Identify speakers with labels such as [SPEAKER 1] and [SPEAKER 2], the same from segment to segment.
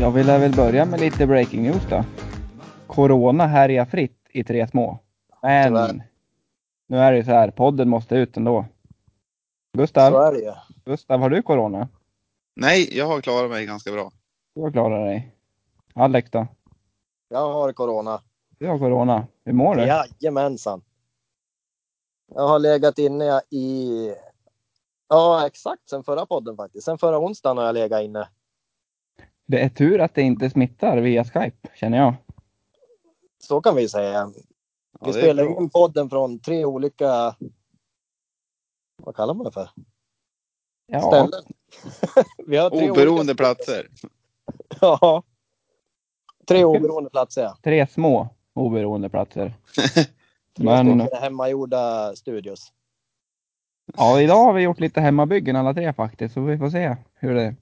[SPEAKER 1] Jag vill väl börja med lite breaking news då. Corona härjar fritt i tre små. Men
[SPEAKER 2] Tyvärr.
[SPEAKER 1] nu är det ju så här, podden måste ut ändå.
[SPEAKER 2] Så
[SPEAKER 1] Gustav,
[SPEAKER 2] är det ju.
[SPEAKER 1] Gustav, har du corona?
[SPEAKER 3] Nej, jag har klarat mig ganska bra.
[SPEAKER 1] Du har klarat dig. Alex då?
[SPEAKER 2] Jag har corona.
[SPEAKER 1] Du har corona. Hur mår du?
[SPEAKER 2] Jajamensan. Jag har legat inne i... Ja, exakt sen förra podden faktiskt. Sen förra onsdagen har jag legat inne.
[SPEAKER 1] Det är tur att det inte smittar via Skype, känner jag.
[SPEAKER 2] Så kan vi säga.
[SPEAKER 3] Ja,
[SPEAKER 2] Vi
[SPEAKER 3] det är
[SPEAKER 2] spelar
[SPEAKER 3] bra.
[SPEAKER 2] in podden från tre olika... Vad kallar man det för?
[SPEAKER 1] Ja,
[SPEAKER 2] Ställen. vi har tre Olika...
[SPEAKER 3] Oberoende platser.
[SPEAKER 2] Ja. Tre oberoende platser, ja.
[SPEAKER 1] tre små oberoende platser.
[SPEAKER 2] Tre
[SPEAKER 1] Men-
[SPEAKER 2] stycken hemmagjorda studios.
[SPEAKER 1] Ja, idag har vi gjort lite hemmabyggen alla tre faktiskt, så vi får se hur det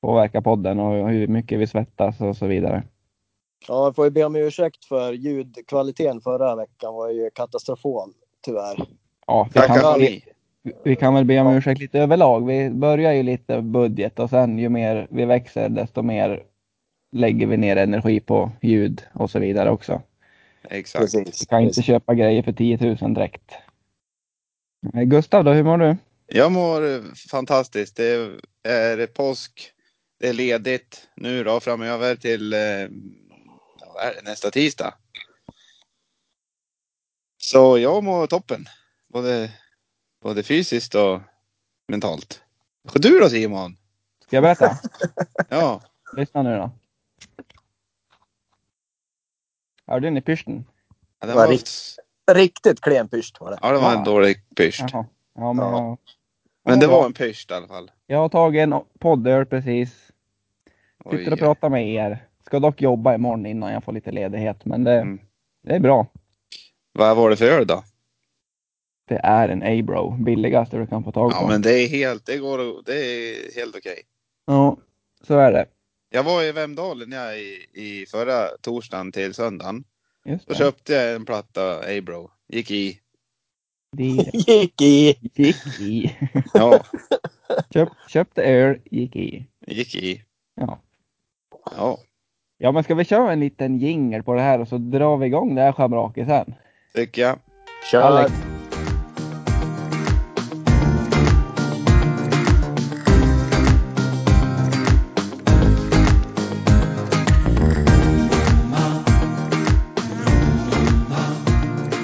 [SPEAKER 1] påverkar podden och hur mycket vi svettas och så vidare.
[SPEAKER 2] Ja, jag får ju be om ursäkt för ljudkvaliteten förra veckan var ju katastrofal, tyvärr.
[SPEAKER 1] Ja, vi
[SPEAKER 3] Tackar
[SPEAKER 1] kan,
[SPEAKER 3] för
[SPEAKER 1] vi,
[SPEAKER 3] mig.
[SPEAKER 1] vi kan väl be om ursäkt lite överlag. Vi börjar ju lite budget och sen ju mer vi växer desto mer lägger vi ner energi på ljud och så vidare också.
[SPEAKER 3] Exakt.
[SPEAKER 1] Vi kan inte köpa grejer för 10 000 direkt. Eh, Gustav då, hur mår du?
[SPEAKER 3] Jag mår eh, fantastiskt. Det är påsk. Det är ledigt nu då framöver till eh, ja, vad är det? nästa tisdag. Så jag mår toppen. Både, både fysiskt och mentalt. Och du då Simon?
[SPEAKER 1] Ska jag berätta?
[SPEAKER 3] Ja.
[SPEAKER 1] Lyssna nu då. Hörde ni pyrsten?
[SPEAKER 3] Ja, det
[SPEAKER 2] Vad
[SPEAKER 3] var,
[SPEAKER 2] Riktigt klen pyrst var det.
[SPEAKER 3] ja, det var en dålig pyrst.
[SPEAKER 1] Jaha. Ja, men
[SPEAKER 2] Ja.
[SPEAKER 1] jag
[SPEAKER 3] Men det var en pyrst i alla fall.
[SPEAKER 1] Jag har tagit en poddöl precis.
[SPEAKER 3] Oj.
[SPEAKER 1] Sitter och pratar med er. Ska dock jobba imorgon innan jag får lite ledighet. Men det,
[SPEAKER 3] Mm.
[SPEAKER 1] det är bra.
[SPEAKER 3] Vad var det för öl då?
[SPEAKER 1] Det är en A-bro. Billigaste du kan få tag på.
[SPEAKER 3] Ja, men det är helt, det går, det är helt okej.
[SPEAKER 1] Ja, så är det.
[SPEAKER 3] Jag var i Vemdalen jag i, i förra torsdagen till söndagen.
[SPEAKER 1] Just
[SPEAKER 3] Då
[SPEAKER 1] det.
[SPEAKER 3] köpte jag en platta Abro. Gick i.
[SPEAKER 1] det
[SPEAKER 2] Gick i.
[SPEAKER 1] gick i.
[SPEAKER 3] Ja,
[SPEAKER 1] Köp, köpte öl, gick i.
[SPEAKER 3] gick i.
[SPEAKER 1] Ja.
[SPEAKER 3] Ja,
[SPEAKER 1] Ja, men ska vi köra en liten jingle på det här och så drar vi igång det här schabraket sen?
[SPEAKER 3] tycker jag.
[SPEAKER 2] Kör.
[SPEAKER 1] Alex.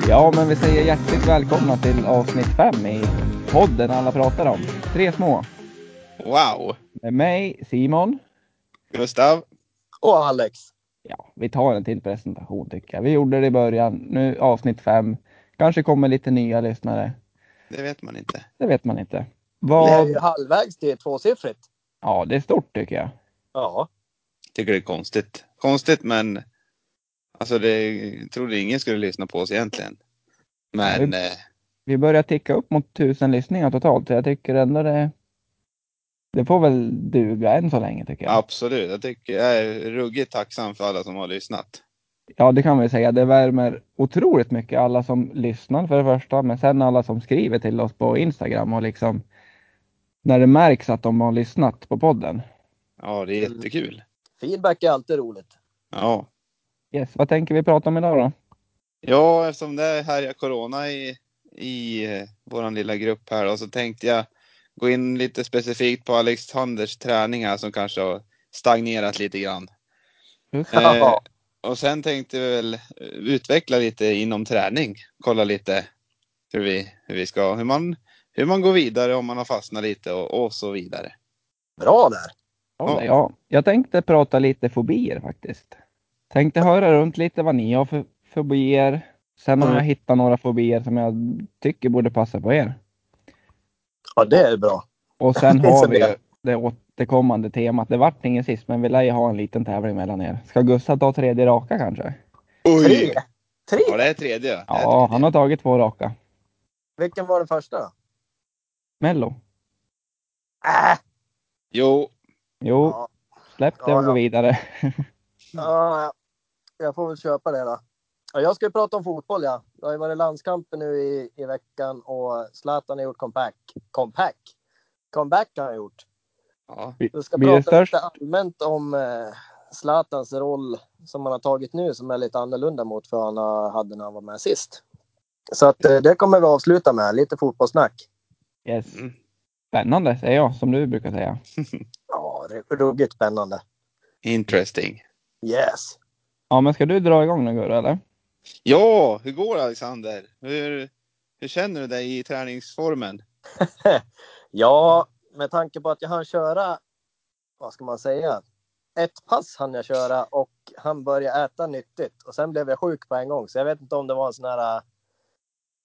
[SPEAKER 1] Ja, men vi säger hjärtligt välkomna till avsnitt 5 i podden alla pratar om. Tre små.
[SPEAKER 3] Wow!
[SPEAKER 1] Med mig, Simon.
[SPEAKER 3] Gustav,
[SPEAKER 2] Och Alex.
[SPEAKER 1] Ja, vi tar en till presentation tycker jag. Vi gjorde det i början. Nu avsnitt 5. Kanske kommer lite nya lyssnare.
[SPEAKER 3] det vet man inte.
[SPEAKER 1] Det vet man inte.
[SPEAKER 2] Vi är
[SPEAKER 1] Vad...
[SPEAKER 2] ju halvvägs till tvåsiffrigt.
[SPEAKER 1] Ja, det är stort tycker jag.
[SPEAKER 2] Ja.
[SPEAKER 3] Tycker det är konstigt. Konstigt men alltså det jag trodde ingen skulle lyssna på oss egentligen. Men eh,
[SPEAKER 1] Vi börjar ticka upp mot tusen lyssningar totalt, så jag tycker ändå det... Det får väl duga än så länge tycker jag.
[SPEAKER 3] absolut, jag, tycker, jag är ruggigt tacksam för alla som har lyssnat.
[SPEAKER 1] Ja, det kan vi säga. Det värmer otroligt mycket alla som lyssnar för det första, men sen alla som skriver till oss på Instagram och liksom när det märks att de har lyssnat på podden.
[SPEAKER 3] Ja, det är jättekul.
[SPEAKER 2] Feedback är alltid roligt.
[SPEAKER 3] Ja.
[SPEAKER 1] Yes, vad tänker vi prata om idag då?
[SPEAKER 3] Ja, eftersom det är härjar corona i, i eh, våran lilla grupp här då, så tänkte jag gå in lite specifikt på Alexanders träning här som kanske har stagnerat lite grann.
[SPEAKER 1] Just,
[SPEAKER 3] Eh, och sen tänkte vi väl eh, utveckla lite inom träning, kolla lite hur vi, hur vi ska, hur man, hur man går vidare om man har fastnat lite och, och så vidare.
[SPEAKER 2] Bra där.
[SPEAKER 1] ja. Ja, jag tänkte prata lite fobier faktiskt. Tänkte höra runt lite vad ni har för fobier. Sen om jag hittar några fobier som jag tycker borde passa på er.
[SPEAKER 2] Ja, det är bra.
[SPEAKER 1] Och sen
[SPEAKER 2] Det är
[SPEAKER 1] har
[SPEAKER 2] så
[SPEAKER 1] vi
[SPEAKER 2] bra.
[SPEAKER 1] ju det återkommande temat. Det vart ingen sist, men vi lär ju ha en liten tävling mellan er. Ska Gustav ta tredje raka kanske?
[SPEAKER 2] Tre.
[SPEAKER 3] Ja,
[SPEAKER 2] Tre.
[SPEAKER 3] det är tredje. Det är
[SPEAKER 1] Ja,
[SPEAKER 3] tredje.
[SPEAKER 1] han har tagit två raka.
[SPEAKER 2] Vilken var den första då?
[SPEAKER 1] Mello?
[SPEAKER 2] Äh.
[SPEAKER 3] Jo,
[SPEAKER 1] Jo,
[SPEAKER 2] Ja.
[SPEAKER 1] släpp det
[SPEAKER 2] Ja,
[SPEAKER 1] och gå
[SPEAKER 2] ja.
[SPEAKER 1] vidare.
[SPEAKER 2] Ja, jag får väl köpa det då. Ja, jag ska ju prata om fotboll ja. Det har ju varit landskamper nu i, i veckan och Zlatan har gjort comeback. Comeback? Comeback har han gjort.
[SPEAKER 3] ja,
[SPEAKER 1] Blir-
[SPEAKER 2] Vi ska
[SPEAKER 1] Blir det
[SPEAKER 2] prata
[SPEAKER 1] störst?
[SPEAKER 2] lite allmänt om eh, Zlatans roll som han har tagit nu som är lite annorlunda mot vad han har- hade när han var med sist. Så att, eh, det kommer vi avsluta med, lite fotbollssnack.
[SPEAKER 1] Yes.
[SPEAKER 3] Mm.
[SPEAKER 1] Spännande säger jag, som du brukar säga.
[SPEAKER 2] Ja, det är ruggigt spännande.
[SPEAKER 3] Interesting.
[SPEAKER 2] Yes!
[SPEAKER 1] Ja, men ska du dra igång nu Gurra, eller?
[SPEAKER 3] Ja, hur går det Alexander? Hur, hur känner du dig i träningsformen?
[SPEAKER 2] Ja, med tanke på att jag hann köra, vad ska man säga, ett pass hann jag köra och han började äta nyttigt och sen blev jag sjuk på en gång. Så jag vet inte om det var en sån här,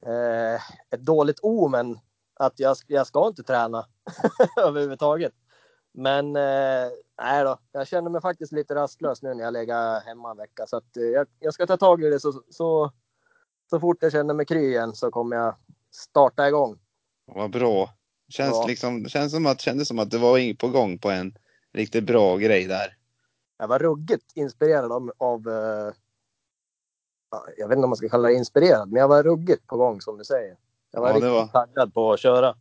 [SPEAKER 2] eh, ett dåligt omen att jag, jag ska inte träna överhuvudtaget. Men eh, nej då, jag känner mig faktiskt lite rastlös nu när jag legat hemma en vecka så att eh, jag, jag ska ta tag i det så, så, så fort jag känner mig kry igen så kommer jag starta igång.
[SPEAKER 3] Vad bra. Känns
[SPEAKER 2] Ja.
[SPEAKER 3] liksom, känns som att, kändes som att det var in- på gång på en riktigt bra grej där.
[SPEAKER 2] Jag var ruggigt inspirerad av, av eh, ja, jag vet inte om man ska kalla det inspirerad, men jag var ruggigt på gång som du säger. Jag var
[SPEAKER 3] Ja, det
[SPEAKER 2] riktigt taggad på att köra.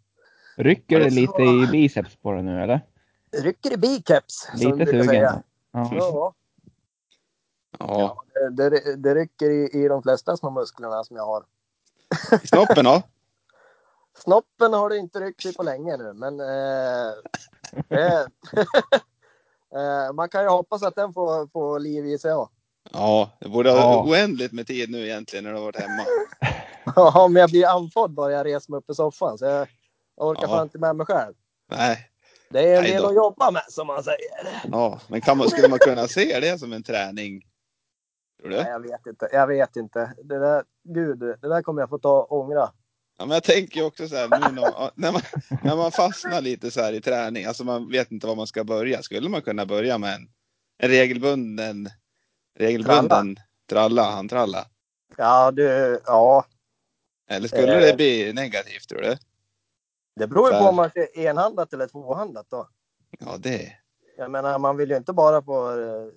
[SPEAKER 1] Rycker
[SPEAKER 3] Ja,
[SPEAKER 1] det
[SPEAKER 3] det
[SPEAKER 1] lite i biceps på dig nu eller?
[SPEAKER 2] Rycker i bikeps, som
[SPEAKER 1] Alltså, Lite
[SPEAKER 2] du brukar
[SPEAKER 1] sugen?
[SPEAKER 2] säga.
[SPEAKER 1] Ja.
[SPEAKER 2] Ja,
[SPEAKER 3] Ja.
[SPEAKER 2] det, det, det rycker i, i de flesta små musklerna som jag har.
[SPEAKER 3] I Snoppen då?
[SPEAKER 2] Snoppen har det inte ryckt i på länge nu, men eh, det, eh, man kan ju hoppas att den får, får liv i sig. ja.
[SPEAKER 3] Ja, det borde ha
[SPEAKER 1] Ja.
[SPEAKER 3] oändligt med tid nu egentligen när du har varit hemma.
[SPEAKER 2] Ja, men jag blir andfådd bara jag reser mig upp i soffan, så jag orkar
[SPEAKER 3] Ja.
[SPEAKER 2] fan inte med mig själv.
[SPEAKER 3] Nej,
[SPEAKER 2] Det är en
[SPEAKER 3] Nej
[SPEAKER 2] del
[SPEAKER 3] då.
[SPEAKER 2] att jobba med som man säger.
[SPEAKER 3] ja, men kan man, skulle man kunna se det som en träning? Tror
[SPEAKER 2] Nej,
[SPEAKER 3] du?
[SPEAKER 2] jag vet inte. Jag vet inte. Det där, gud, det där kommer jag få ta och ångra.
[SPEAKER 3] Ja, men jag tänker ju också så här, nu när, när, man, när man fastnar lite så här i träning, alltså man vet inte var man ska börja. Skulle man kunna börja med en, en regelbunden, regelbunden tralla, handtralla?
[SPEAKER 2] Ja, det, ja,
[SPEAKER 3] Eller skulle
[SPEAKER 2] Eh.
[SPEAKER 3] det bli negativt tror du?
[SPEAKER 2] det beror ju på
[SPEAKER 3] Där.
[SPEAKER 2] om man är enhandat eller tvåhandat då.
[SPEAKER 3] Ja, det
[SPEAKER 2] Jag menar, man vill ju inte bara få eh,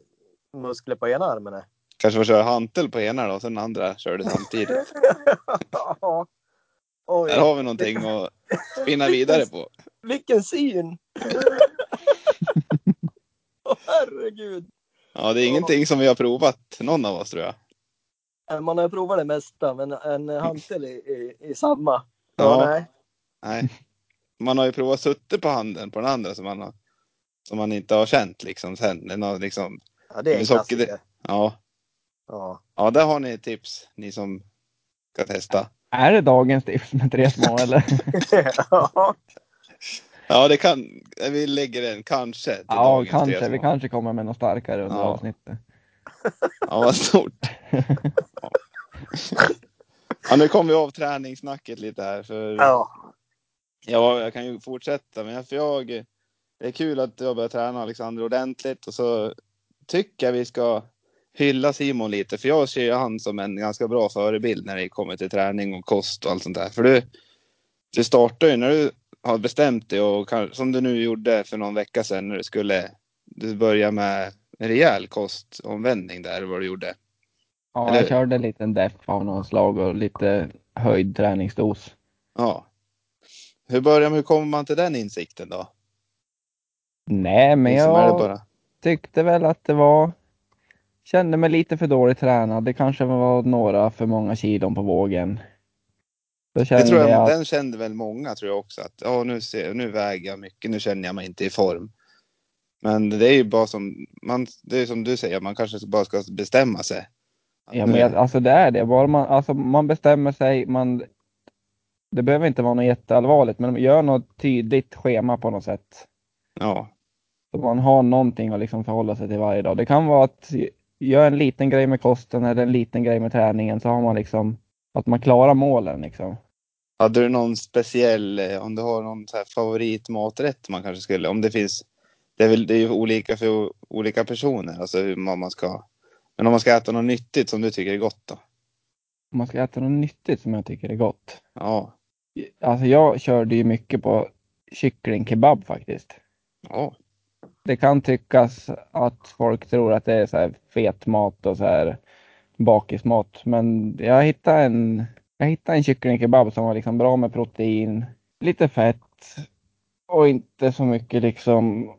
[SPEAKER 2] muskler på ena armen. nej.
[SPEAKER 3] kanske får köra hantel på ena då, sen den andra kör du samtidigt.
[SPEAKER 2] ja. Oj,
[SPEAKER 3] Där har vi någonting att spinna vidare på.
[SPEAKER 2] vilken syn! Åh, herregud!
[SPEAKER 3] Ja, det är ingenting som vi har provat, någon av oss tror jag.
[SPEAKER 2] Man har ju provat det mesta, men en hantel i, i, i samma.
[SPEAKER 3] Ja.
[SPEAKER 2] Ja, nej.
[SPEAKER 3] Nej. Man har ju provat suttit på handen på den andra som man, har, som man inte har känt liksom sen. Den har liksom,
[SPEAKER 2] Ja, det är
[SPEAKER 3] Men
[SPEAKER 2] en
[SPEAKER 3] socker-
[SPEAKER 2] klassiker.
[SPEAKER 3] ja.
[SPEAKER 2] Ja.
[SPEAKER 3] ja, där har ni ett tips ni som ska testa.
[SPEAKER 1] Är det dagens tips med tre små eller?
[SPEAKER 2] ja.
[SPEAKER 3] Ja, det kan, vi lägger en kanske till
[SPEAKER 1] Ja,
[SPEAKER 3] dagens
[SPEAKER 1] kanske.
[SPEAKER 3] tre
[SPEAKER 1] Vi
[SPEAKER 3] små.
[SPEAKER 1] kanske kommer med något starkare under
[SPEAKER 3] Ja.
[SPEAKER 1] avsnittet.
[SPEAKER 3] Ja, vad stort. Ja. Ja, nu kom vi av träningssnacket lite här. För, ja.
[SPEAKER 2] ja.
[SPEAKER 3] jag kan ju fortsätta. Men för jag, det är kul att jag börjar träna Alexander ordentligt. Och så tycker jag vi ska hylla Simon lite. För jag ser ju han som en ganska bra förebild när det kommer till träning och kost och allt sånt där. För du, du startar ju när du har bestämt dig och kan, som du nu gjorde för någon vecka sedan när du skulle du börja med en rejäl kostomvändning där, vad du gjorde.
[SPEAKER 1] Ja,
[SPEAKER 3] Eller
[SPEAKER 1] jag
[SPEAKER 3] hur?
[SPEAKER 1] körde en liten depp av något slag och lite höjd träningsdos.
[SPEAKER 3] Ja. Hur börjar man, hur kommer man till den insikten då?
[SPEAKER 1] Nej, men
[SPEAKER 3] Liksom, är det
[SPEAKER 1] jag
[SPEAKER 3] bara...
[SPEAKER 1] tyckte väl att det var... Kände mig lite för dåligt tränad. Det kanske var några för många kilon på vågen. Då
[SPEAKER 3] det
[SPEAKER 1] kände
[SPEAKER 3] tror jag,
[SPEAKER 1] jag att
[SPEAKER 3] Den kände väl många tror jag också att ja, nu, ser, nu väger jag mycket, nu känner jag mig inte i form. Men det är ju bara som, man, det är som du säger, man kanske bara ska bestämma sig. Att
[SPEAKER 1] Ja,
[SPEAKER 3] nu-
[SPEAKER 1] men jag, alltså det är det. Bara man, alltså man bestämmer sig, man, det behöver inte vara något jätteallvarligt, men gör något tydligt schema på något sätt.
[SPEAKER 3] ja,
[SPEAKER 1] Så man har någonting att liksom förhålla sig till varje dag. Det kan vara att göra en liten grej med kosten eller en liten grej med träningen så har man liksom att man klarar målen liksom.
[SPEAKER 3] Hade du någon speciell, eh, om du har någon så här favoritmaträtt man kanske skulle, om det finns, det är väl det är ju olika för o- olika personer, alltså hur man man ska, men om man ska äta något nyttigt som du tycker är gott då?
[SPEAKER 1] Om man ska äta något nyttigt som jag tycker är gott.
[SPEAKER 3] Ja,
[SPEAKER 1] Alltså jag körde ju mycket på kycklingkebab faktiskt.
[SPEAKER 3] ja,
[SPEAKER 1] det kan tyckas att folk tror att det är så här fet mat och så här bakismat. Men jag hittade en, jag hittade en kycklingkebab som var liksom bra med protein, lite fett och inte så mycket liksom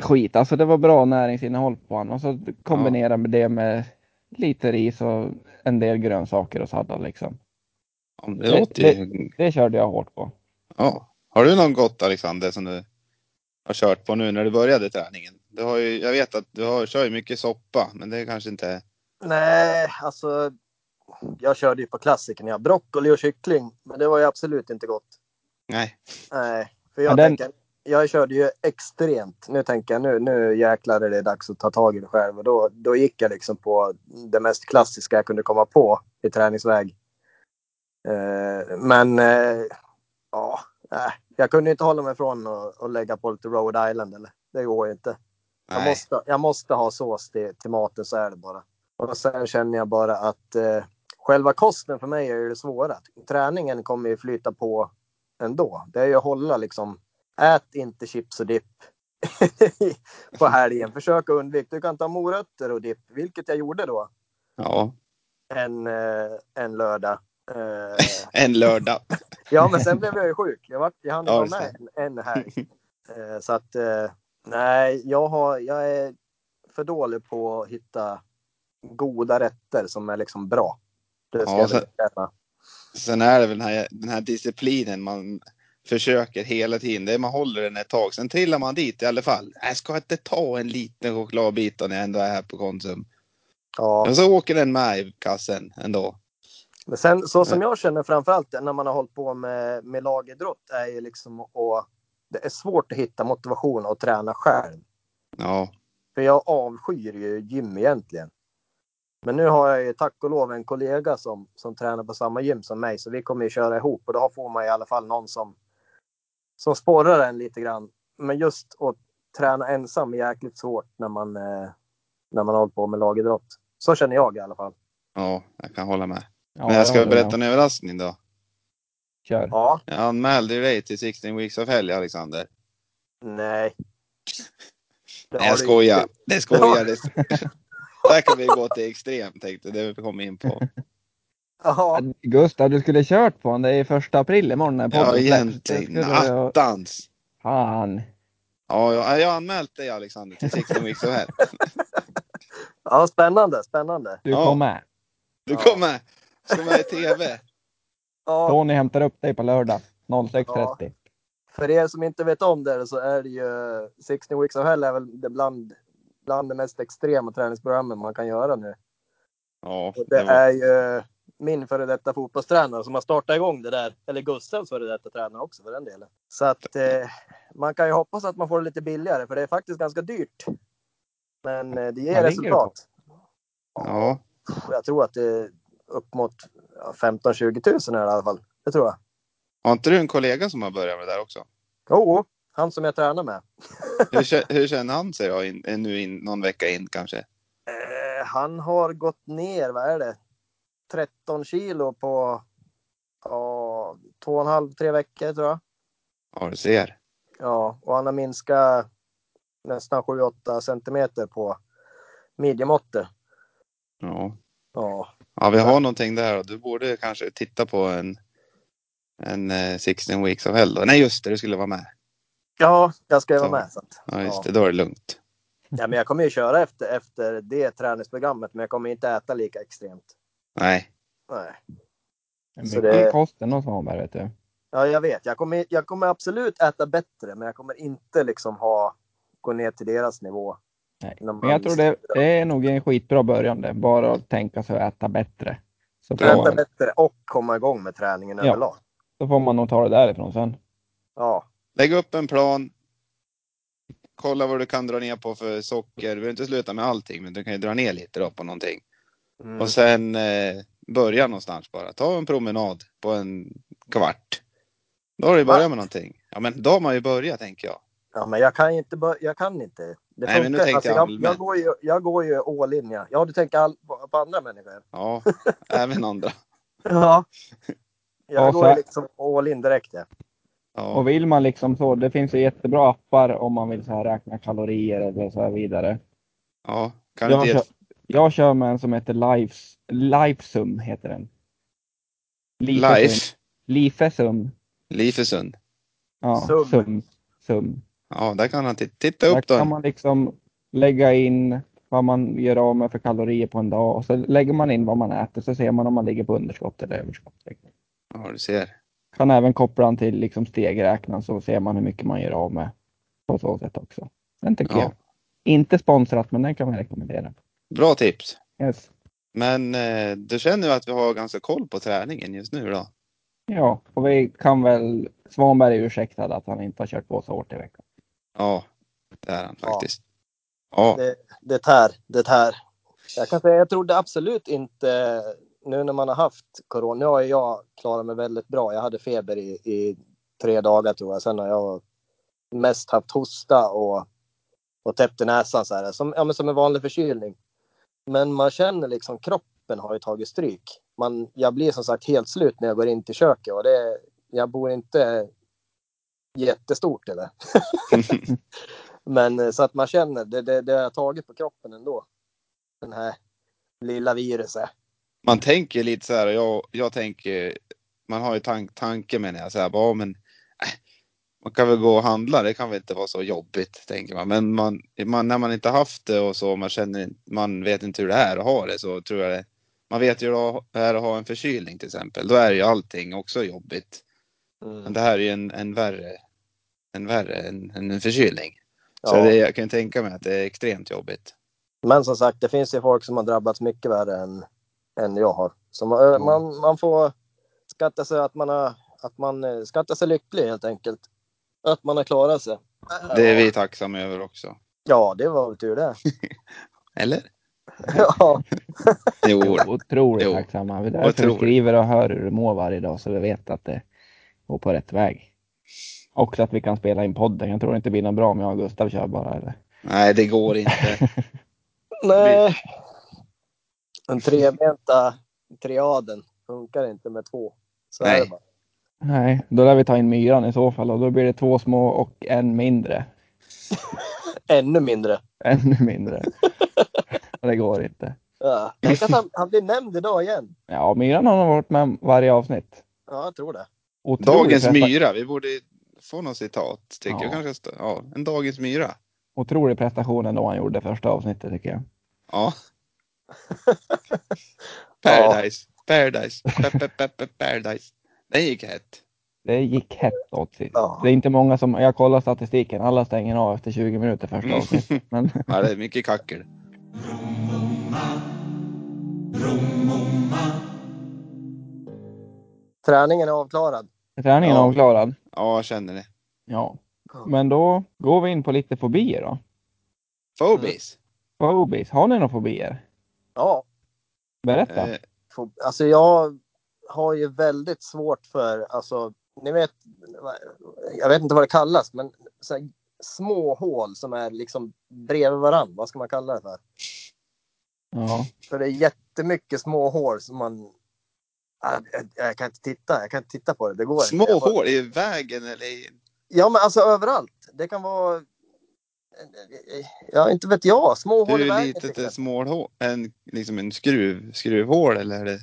[SPEAKER 1] skit. Alltså det var bra näringsinnehåll på honom och så kombinera med det med lite ris och en del grönsaker och sallad liksom.
[SPEAKER 3] Ja, men det låter ju...
[SPEAKER 1] Det körde jag hårt på.
[SPEAKER 3] Ja. Har du något gott Alexander som du har kört på nu när du började träningen? Du har ju, jag vet att du har, kör ju mycket soppa, men det är kanske inte...
[SPEAKER 2] Nej, alltså. Jag körde ju på klassikerna, ja. broccoli och kyckling. Men det var ju absolut inte gott.
[SPEAKER 3] Nej.
[SPEAKER 2] Nej, för jag
[SPEAKER 1] Ja, den-
[SPEAKER 2] tänker. Jag körde ju extremt. Nu tänker jag nu, nu jäklar är det dags att ta tag i det själv. Och då, då gick jag liksom på det mest klassiska jag kunde komma på i träningsväg. Eh, men eh, ja, nej. jag kunde inte hålla mig från att, att lägga på lite Rhode Island. Eller? Det går ju inte. Jag
[SPEAKER 3] Nej.
[SPEAKER 2] måste, jag måste ha sås till, till maten, så är det bara. Och sen känner jag bara att eh, själva kosten för mig är ju det svåra. Träningen kommer ju flyta på ändå. Det är ju att hålla liksom, ät inte chips och dipp på helgen. Försök att undvika. Du kan ta morötter och dipp, vilket jag gjorde då
[SPEAKER 3] Ja,
[SPEAKER 2] en, eh, en lördag. Eh,
[SPEAKER 3] en lördag.
[SPEAKER 2] Ja, men sen blev jag ju sjuk. Jag, var, jag hann ju
[SPEAKER 3] Ja,
[SPEAKER 2] vara
[SPEAKER 3] just
[SPEAKER 2] med en, en helg. Eh, Så att eh, nej, jag, har, jag är för dålig på att hitta goda rätter som är liksom bra. Det ska
[SPEAKER 3] Ja,
[SPEAKER 2] jag
[SPEAKER 3] sen-
[SPEAKER 2] väl erkänna.
[SPEAKER 3] Sen är det väl den här, den här disciplinen man försöker hela tiden. Det är, man håller den ett tag, sen trillar man dit i alla fall. Jag ska inte ta en liten chokladbit då när jag ändå är här på Konsum.
[SPEAKER 2] Ja,
[SPEAKER 3] Och så åker den med i kassen ändå.
[SPEAKER 2] men sen så som jag känner framförallt när man har hållit på med, med lagidrott är ju liksom och det är svårt att hitta motivation att träna själv.
[SPEAKER 3] Ja,
[SPEAKER 2] För jag avskyr ju gym egentligen. Men nu har jag ju tack och lov en kollega som, som tränar på samma gym som mig så vi kommer ju köra ihop och då får man i alla fall någon som, som sporrar en lite grann. Men just att träna ensam är jäkligt svårt när man, eh, när man håller på med lagidrott. Så känner jag i alla fall.
[SPEAKER 3] ja, jag kan hålla med.
[SPEAKER 1] Ja,
[SPEAKER 3] Men jag
[SPEAKER 1] det
[SPEAKER 3] ska
[SPEAKER 1] håller
[SPEAKER 3] berätta
[SPEAKER 1] med om.
[SPEAKER 3] en överraskning då.
[SPEAKER 1] Kör.
[SPEAKER 2] Ja,
[SPEAKER 3] Jag anmälde ju dig till 16 Weeks of Hell, Alexander.
[SPEAKER 2] nej. Det
[SPEAKER 3] Nej,
[SPEAKER 2] har
[SPEAKER 3] jag
[SPEAKER 2] du
[SPEAKER 3] skojar.
[SPEAKER 2] inte.
[SPEAKER 3] Det skojar. Det där kan vi gå till extremt, tänkte jag. Det vi kom in på.
[SPEAKER 2] Ja,
[SPEAKER 1] Gustav, du skulle kört på honom. Det är första april imorgon när podden
[SPEAKER 3] Ja,
[SPEAKER 1] släpps.
[SPEAKER 3] egentligen.
[SPEAKER 1] Det skulle jag-
[SPEAKER 3] Attans!
[SPEAKER 1] Fan.
[SPEAKER 3] Ja, jag, jag har anmält dig, Alexander, till 16 Weeks of Hell.
[SPEAKER 2] ja, spännande, spännande.
[SPEAKER 1] Du
[SPEAKER 3] Ja.
[SPEAKER 1] kom med.
[SPEAKER 3] Du
[SPEAKER 2] Ja.
[SPEAKER 3] kommer! Ska vara i TV.
[SPEAKER 2] Ja,
[SPEAKER 1] Tony hämtar upp dig på lördag 06.30.
[SPEAKER 2] för er som inte vet om det så är det ju 16 Weeks of Hell är väl det bland, bland det mest extrema träningsprogrammen man kan göra nu.
[SPEAKER 3] Ja,
[SPEAKER 2] Och det
[SPEAKER 3] det var,
[SPEAKER 2] är ju min före detta fotbollstränare som har startat igång det där. Eller Gustavs före detta tränare också för den delen. Så att eh, man kan ju hoppas att man får det lite billigare för det är faktiskt ganska dyrt. Men eh, det
[SPEAKER 1] Vad ligger
[SPEAKER 2] ger
[SPEAKER 1] det
[SPEAKER 2] resultat.
[SPEAKER 3] ja.
[SPEAKER 2] Pff, Jag tror att det är upp mot ja, 15-20 000 i alla fall. Det tror jag.
[SPEAKER 3] Har inte du en kollega som har börjat med det där också?
[SPEAKER 2] Jo, han som jag tränar med.
[SPEAKER 3] Hur, kä- hur känner han sig då? In, eh, nu in, någon vecka in kanske?
[SPEAKER 2] Eh, han har gått ner, vad är det, 13 kilo på ja, två och en halv, tre veckor tror jag.
[SPEAKER 3] Ja, du ser.
[SPEAKER 2] Ja, och han har minskat nästan 7-8 centimeter på midjemåttet.
[SPEAKER 3] Ja.
[SPEAKER 2] Ja.
[SPEAKER 3] ja, vi har någonting där och du borde kanske titta på en, en eh, 16 Weeks of Hell då. Nej, just det, du skulle vara med.
[SPEAKER 2] ja, jag ska ju vara
[SPEAKER 3] Så.
[SPEAKER 2] med. Så att,
[SPEAKER 3] Ja, just
[SPEAKER 2] Ja.
[SPEAKER 3] det, då är det lugnt.
[SPEAKER 2] ja, men jag kommer ju köra efter, efter det träningsprogrammet, men jag kommer inte äta lika extremt.
[SPEAKER 3] Nej,
[SPEAKER 2] Nej. Så
[SPEAKER 1] Mycket
[SPEAKER 2] det-
[SPEAKER 1] det... kosten hos Svanberg vet du.
[SPEAKER 2] Ja, jag vet. Jag kommer, jag kommer absolut äta bättre, men jag kommer inte liksom ha, gå ner till deras nivå.
[SPEAKER 1] Nej.
[SPEAKER 2] När man-
[SPEAKER 1] Men jag tror det, det är nog en skitbra början det. Bara att tänka sig att äta bättre. Så får,
[SPEAKER 2] Äta
[SPEAKER 1] man,
[SPEAKER 2] bättre och komma igång med träningen
[SPEAKER 1] Ja.
[SPEAKER 2] överlag.
[SPEAKER 1] så får man nog ta det därifrån sen.
[SPEAKER 2] Ja.
[SPEAKER 3] lägg upp en plan. Kolla vad du kan dra ner på för socker. Du behöver inte sluta med allting, men du kan ju dra ner lite då på någonting.
[SPEAKER 2] Mm.
[SPEAKER 3] Och sen eh, börja någonstans bara. Ta en promenad på en kvart. Då har du ju börjat med någonting. Ja, men då har man ju börjat, tänker jag.
[SPEAKER 2] Ja, men jag kan ju inte. bör- Jag kan inte. Det
[SPEAKER 3] Nej, men nu
[SPEAKER 2] funkar. Alltså,
[SPEAKER 3] tänkte jag
[SPEAKER 2] jag,
[SPEAKER 3] väl
[SPEAKER 2] jag,
[SPEAKER 3] med.
[SPEAKER 2] går ju, jag går ju all in. Ja, ja du tänker all, på, på andra människor.
[SPEAKER 3] Ja, även andra.
[SPEAKER 2] Ja. Jag
[SPEAKER 1] Ja, så
[SPEAKER 2] går ju
[SPEAKER 1] är-
[SPEAKER 2] liksom all in direkt. Ja.
[SPEAKER 3] Ja,
[SPEAKER 1] Och vill man liksom så, det finns ju jättebra appar om man vill så här räkna kalorier eller så här vidare.
[SPEAKER 3] ja. Kan
[SPEAKER 1] Jag
[SPEAKER 3] inte
[SPEAKER 1] kör,
[SPEAKER 3] ge...
[SPEAKER 1] jag kör med en som heter Lives, Lifesum heter den. Lifesum.
[SPEAKER 3] Life.
[SPEAKER 1] Lifesum.
[SPEAKER 3] Lifesund.
[SPEAKER 1] Ja,
[SPEAKER 2] Sum.
[SPEAKER 1] sum. sum.
[SPEAKER 3] Ja, där kan han titta, titta
[SPEAKER 1] Där
[SPEAKER 3] upp
[SPEAKER 1] kan
[SPEAKER 3] då.
[SPEAKER 1] man liksom lägga in vad man gör av med för kalorier på en dag och så lägger man in vad man äter så ser man om man ligger på underskott eller överskott.
[SPEAKER 3] Ja, du ser.
[SPEAKER 1] Kan även koppla den till liksom stegräknaren så ser man hur mycket man gör av med på så sätt också. Den tycker
[SPEAKER 3] Ja.
[SPEAKER 1] jag. Inte sponsrat men den kan man rekommendera.
[SPEAKER 3] Bra tips.
[SPEAKER 1] Yes.
[SPEAKER 3] Men eh, du känner ju att vi har ganska koll på träningen just nu då?
[SPEAKER 1] Ja, och vi kan väl Svanberg är ursäktad att han inte har kört på så hårt i veckan.
[SPEAKER 3] Ja, det är han
[SPEAKER 2] Ja.
[SPEAKER 3] faktiskt. Ja,
[SPEAKER 2] Det, det här, det här. Jag kan säga, jag trodde absolut inte nu när man har haft corona. Nu har ju jag klarat mig väldigt bra. Jag hade feber i, i tre dagar tror jag. Sen har jag mest haft hosta och, och täppt i näsan så här. Som, ja, men som en vanlig förkylning. Men man känner liksom kroppen har ju tagit stryk. Man, jag blir som sagt helt slut när jag går in till köket och det, jag bor inte jättestort eller. Men eh, så att man känner, det, det, det har jag tagit på kroppen ändå. Den här lilla viruset.
[SPEAKER 3] man tänker lite så här, och jag, jag tänker, man har ju tank, tanke med jag så här, bara, ja, men äh, man kan väl gå och handla, det kan väl inte vara så jobbigt, tänker man. Men man, man, när man inte haft det och så, man känner, man vet inte hur det är att ha det, så tror jag det. Man vet ju hur det är att ha en förkylning till exempel, då är ju allting också jobbigt. Men
[SPEAKER 2] Mm.
[SPEAKER 3] det här är ju en, en värre, en värre än än en förkylning. Så
[SPEAKER 2] Ja.
[SPEAKER 3] det, jag kan ju tänka mig att det är extremt jobbigt.
[SPEAKER 2] Men som sagt, det finns ju folk som har drabbats mycket värre än, än jag har. Så man,
[SPEAKER 3] Mm.
[SPEAKER 2] eh, man, man får skatta sig att man, har, att man eh, skatta sig lycklig helt enkelt. Att man har klarat sig.
[SPEAKER 3] Det är vi tacksamma över också.
[SPEAKER 2] Ja, det var väl tur det.
[SPEAKER 3] Eller?
[SPEAKER 2] ja.
[SPEAKER 3] Jo,
[SPEAKER 1] Otroligt
[SPEAKER 3] Jo.
[SPEAKER 1] tacksamma. Det är därför vi
[SPEAKER 3] Otroligt.
[SPEAKER 1] skriver och hör hur du mår varje dag så vi vet att det går på rätt väg. Också att vi kan spela in podden. Jag tror inte det blir något bra om jag och Gustav kör bara. Eller?
[SPEAKER 3] nej det går inte.
[SPEAKER 2] Nej. Den trebenta triaden funkar inte med två. Så är
[SPEAKER 3] Nej.
[SPEAKER 2] det bara.
[SPEAKER 1] Nej, då lär vi ta in myran i så fall och då blir det två små och en mindre.
[SPEAKER 2] Ännu mindre.
[SPEAKER 1] Ännu mindre. det går inte.
[SPEAKER 2] Ja. Tänk att han, han blir nämnd idag igen.
[SPEAKER 1] Ja, myran har nog varit med varje avsnitt.
[SPEAKER 2] Ja, jag tror det.
[SPEAKER 1] Otroligt
[SPEAKER 3] Dagens
[SPEAKER 1] pressa-
[SPEAKER 3] myra, vi borde få något citat. Tycker
[SPEAKER 1] Ja.
[SPEAKER 3] jag kanske stå, ja, en dagens myra.
[SPEAKER 1] Otrolig prestation ändå han gjorde första avsnittet tycker jag.
[SPEAKER 3] Ja. Paradise, paradise, pa- pa- pa- pa- paradise. Den gick hett.
[SPEAKER 1] Det gick hett åt sig.
[SPEAKER 2] Ja.
[SPEAKER 1] Det är inte många som, jag kollar statistiken, alla stänger av efter 20 minuter första
[SPEAKER 3] Mm.
[SPEAKER 1] avsnittet. Men
[SPEAKER 3] Ja, det är mycket kackel.
[SPEAKER 2] Träningen är avklarad.
[SPEAKER 1] träningen är
[SPEAKER 3] Ja.
[SPEAKER 1] avklarad.
[SPEAKER 3] Ja, jag känner det.
[SPEAKER 1] Ja. Men då går vi in på lite fobier då.
[SPEAKER 3] Fobies.
[SPEAKER 1] Fobies, har ni några fobier?
[SPEAKER 2] Ja, Mm.
[SPEAKER 1] Berätta.
[SPEAKER 3] Eh,
[SPEAKER 2] fo- alltså jag har ju väldigt svårt för, alltså, ni vet, jag vet inte vad det kallas, men så här, små hål som är liksom bredvid varann. Vad ska man kalla det för?
[SPEAKER 1] Ja.
[SPEAKER 2] För det är jättemycket små hål som man... Ja, Jag, jag kan inte titta, jag kan inte titta på det. Det går inte.
[SPEAKER 3] små
[SPEAKER 2] Jag får-
[SPEAKER 3] hål i vägen eller i...
[SPEAKER 2] Ja, men alltså överallt. Det kan vara... Ja, inte vet jag. Små hål i
[SPEAKER 3] Hur
[SPEAKER 2] vägen. liksom.
[SPEAKER 3] litet
[SPEAKER 2] till
[SPEAKER 3] är smålhål? En, liksom en skruv, skruvhål eller? Är det...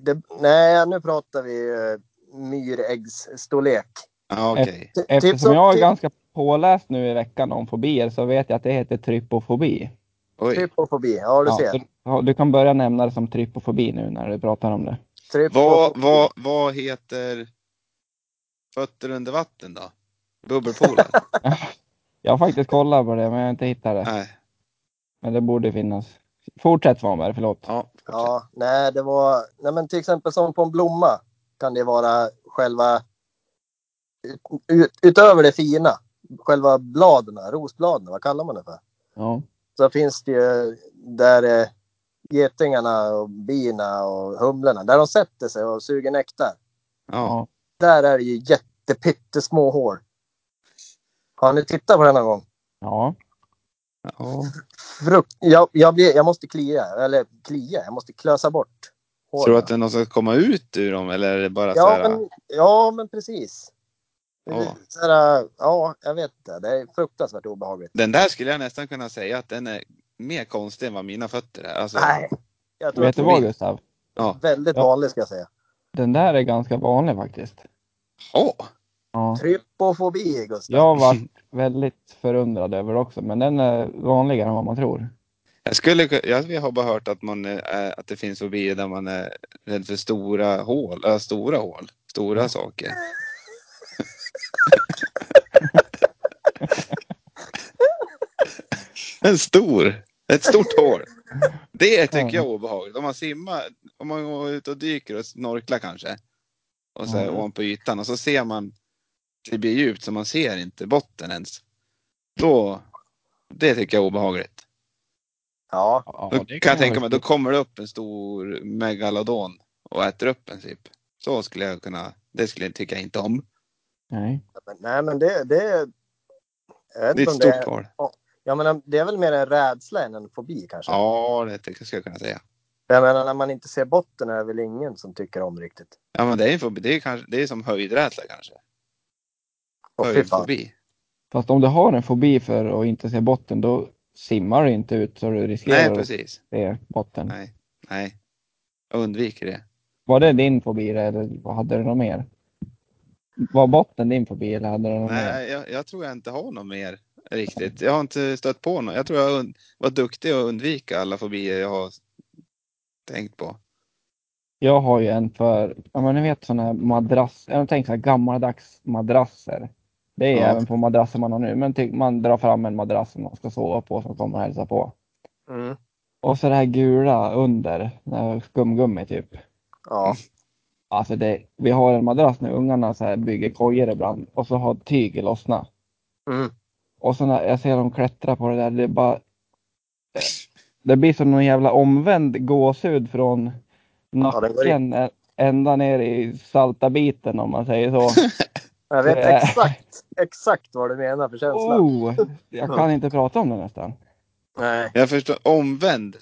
[SPEAKER 2] Det, nej, nu pratar vi uh, myräggsstorlek.
[SPEAKER 3] Ja, okej.
[SPEAKER 2] Ty- typ
[SPEAKER 1] Eftersom
[SPEAKER 2] som-
[SPEAKER 1] jag är
[SPEAKER 2] typ-
[SPEAKER 1] ganska påläst nu i veckan om fobier så vet jag att det heter trypofobi.
[SPEAKER 3] Oj.
[SPEAKER 2] Trypofobi, ja du
[SPEAKER 1] Ja,
[SPEAKER 2] ser.
[SPEAKER 1] så du kan börja nämna det som trypofobi nu när du pratar om det.
[SPEAKER 2] Trypofobi.
[SPEAKER 3] Vad, vad, vad heter fötter under vatten då? Bubbelpoolar?
[SPEAKER 1] Jag har faktiskt kollat på det men jag har inte hittat det.
[SPEAKER 3] Nej.
[SPEAKER 1] Men det borde finnas. Fortsätt Svanberg, förlåt.
[SPEAKER 3] Ja.
[SPEAKER 2] Ja, nej, det var... Nej, men till exempel som på en blomma kan det vara själva... ut- Ut, utöver det fina, själva bladen, rosbladen, vad kallar man det för?
[SPEAKER 1] Ja.
[SPEAKER 2] Så finns det ju där eh, getingarna och bina och humlorna, där de sätter sig och suger nektar.
[SPEAKER 3] ja.
[SPEAKER 2] Där är det ju jättepyttesmå hål. Har ni tittat på den någon gång?
[SPEAKER 1] Ja.
[SPEAKER 3] ja.
[SPEAKER 2] Frukt. Jag, jag, blir, jag måste klia, eller klia, jag måste klösa bort hålen.
[SPEAKER 3] Tror du att det är någon som ska komma ut ur dem eller är det bara så
[SPEAKER 2] ja,
[SPEAKER 3] här?
[SPEAKER 2] men, ja, men precis. Det är
[SPEAKER 3] Ja.
[SPEAKER 2] Så här, ja, jag vet inte. Det är fruktansvärt obehagligt.
[SPEAKER 3] Den där skulle jag nästan kunna säga att den är mer konstig än vad mina fötter är. Alltså,
[SPEAKER 2] Nej. Jag tror
[SPEAKER 1] Vet
[SPEAKER 2] att
[SPEAKER 1] du
[SPEAKER 2] det
[SPEAKER 1] vad Gustav?
[SPEAKER 3] Ja.
[SPEAKER 2] är väldigt
[SPEAKER 1] Ja.
[SPEAKER 2] vanligt ska jag säga.
[SPEAKER 1] Den där är ganska vanlig faktiskt.
[SPEAKER 3] Ja.
[SPEAKER 1] Ja.
[SPEAKER 2] Trypofobi, Gustav.
[SPEAKER 1] Jag var väldigt förundrad över det också, men den är vanligare än vad man tror.
[SPEAKER 3] Jag, skulle, ku- jag, jag har bara hört att, man, eh, att det finns fobier där man är rädd för stora hål. Äh, stora hål. Stora saker. en stor. Ett stort hål. Det tycker jag är obehagligt. Om man simmar, om man går ut och dyker och snorklar kanske. Och så här
[SPEAKER 1] Ja.
[SPEAKER 3] ovanpå ytan och så ser man. Det blir djupt så man ser inte botten ens. Då. Det tycker jag är obehagligt.
[SPEAKER 2] Ja,
[SPEAKER 1] Ja,
[SPEAKER 3] Då
[SPEAKER 1] det
[SPEAKER 3] kan
[SPEAKER 1] vara
[SPEAKER 3] jag tänka mig, då
[SPEAKER 1] riktigt.
[SPEAKER 3] kommer det upp en stor megalodon och äter upp en typ. Så skulle jag kunna, det skulle jag tycka inte om.
[SPEAKER 1] Nej.
[SPEAKER 2] men, nej men det... det jag vet inte
[SPEAKER 3] Det är ett
[SPEAKER 2] om det är,
[SPEAKER 3] stort hål.
[SPEAKER 2] jag menar, det är väl mer en rädsla än en fobi kanske.
[SPEAKER 3] Ja, det tycker jag skulle jag kunna säga.
[SPEAKER 2] Jag menar, när man inte ser botten är det väl ingen som tycker om riktigt.
[SPEAKER 3] Ja, men det är, en fobi, det är, kanske, det är som höjdrädsla kanske.
[SPEAKER 2] Och fy fan.
[SPEAKER 3] Höjdfobi.
[SPEAKER 1] Fast om du har en fobi för att inte se botten, då simmar du inte ut så du riskerar
[SPEAKER 3] Nej,
[SPEAKER 1] att
[SPEAKER 3] precis.
[SPEAKER 1] se botten.
[SPEAKER 3] Nej, nej. Jag undviker det.
[SPEAKER 1] Var det din fobi eller hade du något mer? Var botten din fobi eller hade du något mer?
[SPEAKER 3] Nej, jag, jag tror jag inte har något mer riktigt. Jag har inte stött på något. Jag tror jag und- var duktig att undvika alla fobier jag har tänkt på.
[SPEAKER 1] Jag har ju en för, ja men ni vet sådana här madrasser, jag tänker så här gammaldags madrasser. Det är
[SPEAKER 3] Ja.
[SPEAKER 1] även på madrasser man har nu, men typ man drar fram en madrass som man ska sova på som kommer och hälsa på.
[SPEAKER 2] Mm.
[SPEAKER 1] Och så det här gula under, det här skumgummi typ.
[SPEAKER 2] Ja.
[SPEAKER 1] Alltså det, vi har en madrass nu, ungarna så här bygger kojor ibland och så har tyget lossnat.
[SPEAKER 2] Mm.
[SPEAKER 1] Och så när jag ser dem klättra på det där, det är bara... Det blir som någon jävla omvänd gåshud från
[SPEAKER 2] Ja, den går
[SPEAKER 1] nacken ända ner i salta biten om man säger så.
[SPEAKER 2] Jag vet
[SPEAKER 1] Det är-
[SPEAKER 2] exakt, exakt vad du menar för känsla.
[SPEAKER 1] Oh, jag kan inte prata om det nästan.
[SPEAKER 2] Nej.
[SPEAKER 3] Jag förstår, omvänd.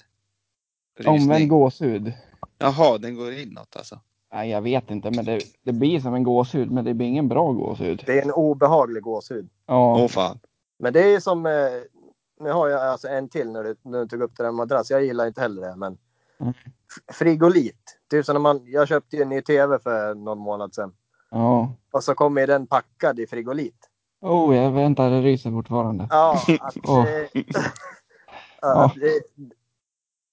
[SPEAKER 3] rysning.
[SPEAKER 1] Omvänd gåshud.
[SPEAKER 3] Jaha, den går inåt alltså.
[SPEAKER 1] Nej, jag vet inte, men det, det blir som en gåshud, men det blir ingen bra gåshud.
[SPEAKER 2] Det är en obehaglig gåshud.
[SPEAKER 1] Ja,
[SPEAKER 3] Åh fan.
[SPEAKER 2] Men det är ju som... Eh, nu har jag alltså en till när du, när du tog upp det där med madrass. Jag gillar inte heller det, men...
[SPEAKER 1] Mm.
[SPEAKER 2] F- Frigolit. Typ som när man... Jag köpte ju en ny TV för någon månad sedan.
[SPEAKER 1] ja.
[SPEAKER 2] Och så kom ju den packad i frigolit.
[SPEAKER 1] Oh, jag väntar, det ryser fortfarande.
[SPEAKER 2] Ja, att,
[SPEAKER 1] Åh.
[SPEAKER 2] eh, att det,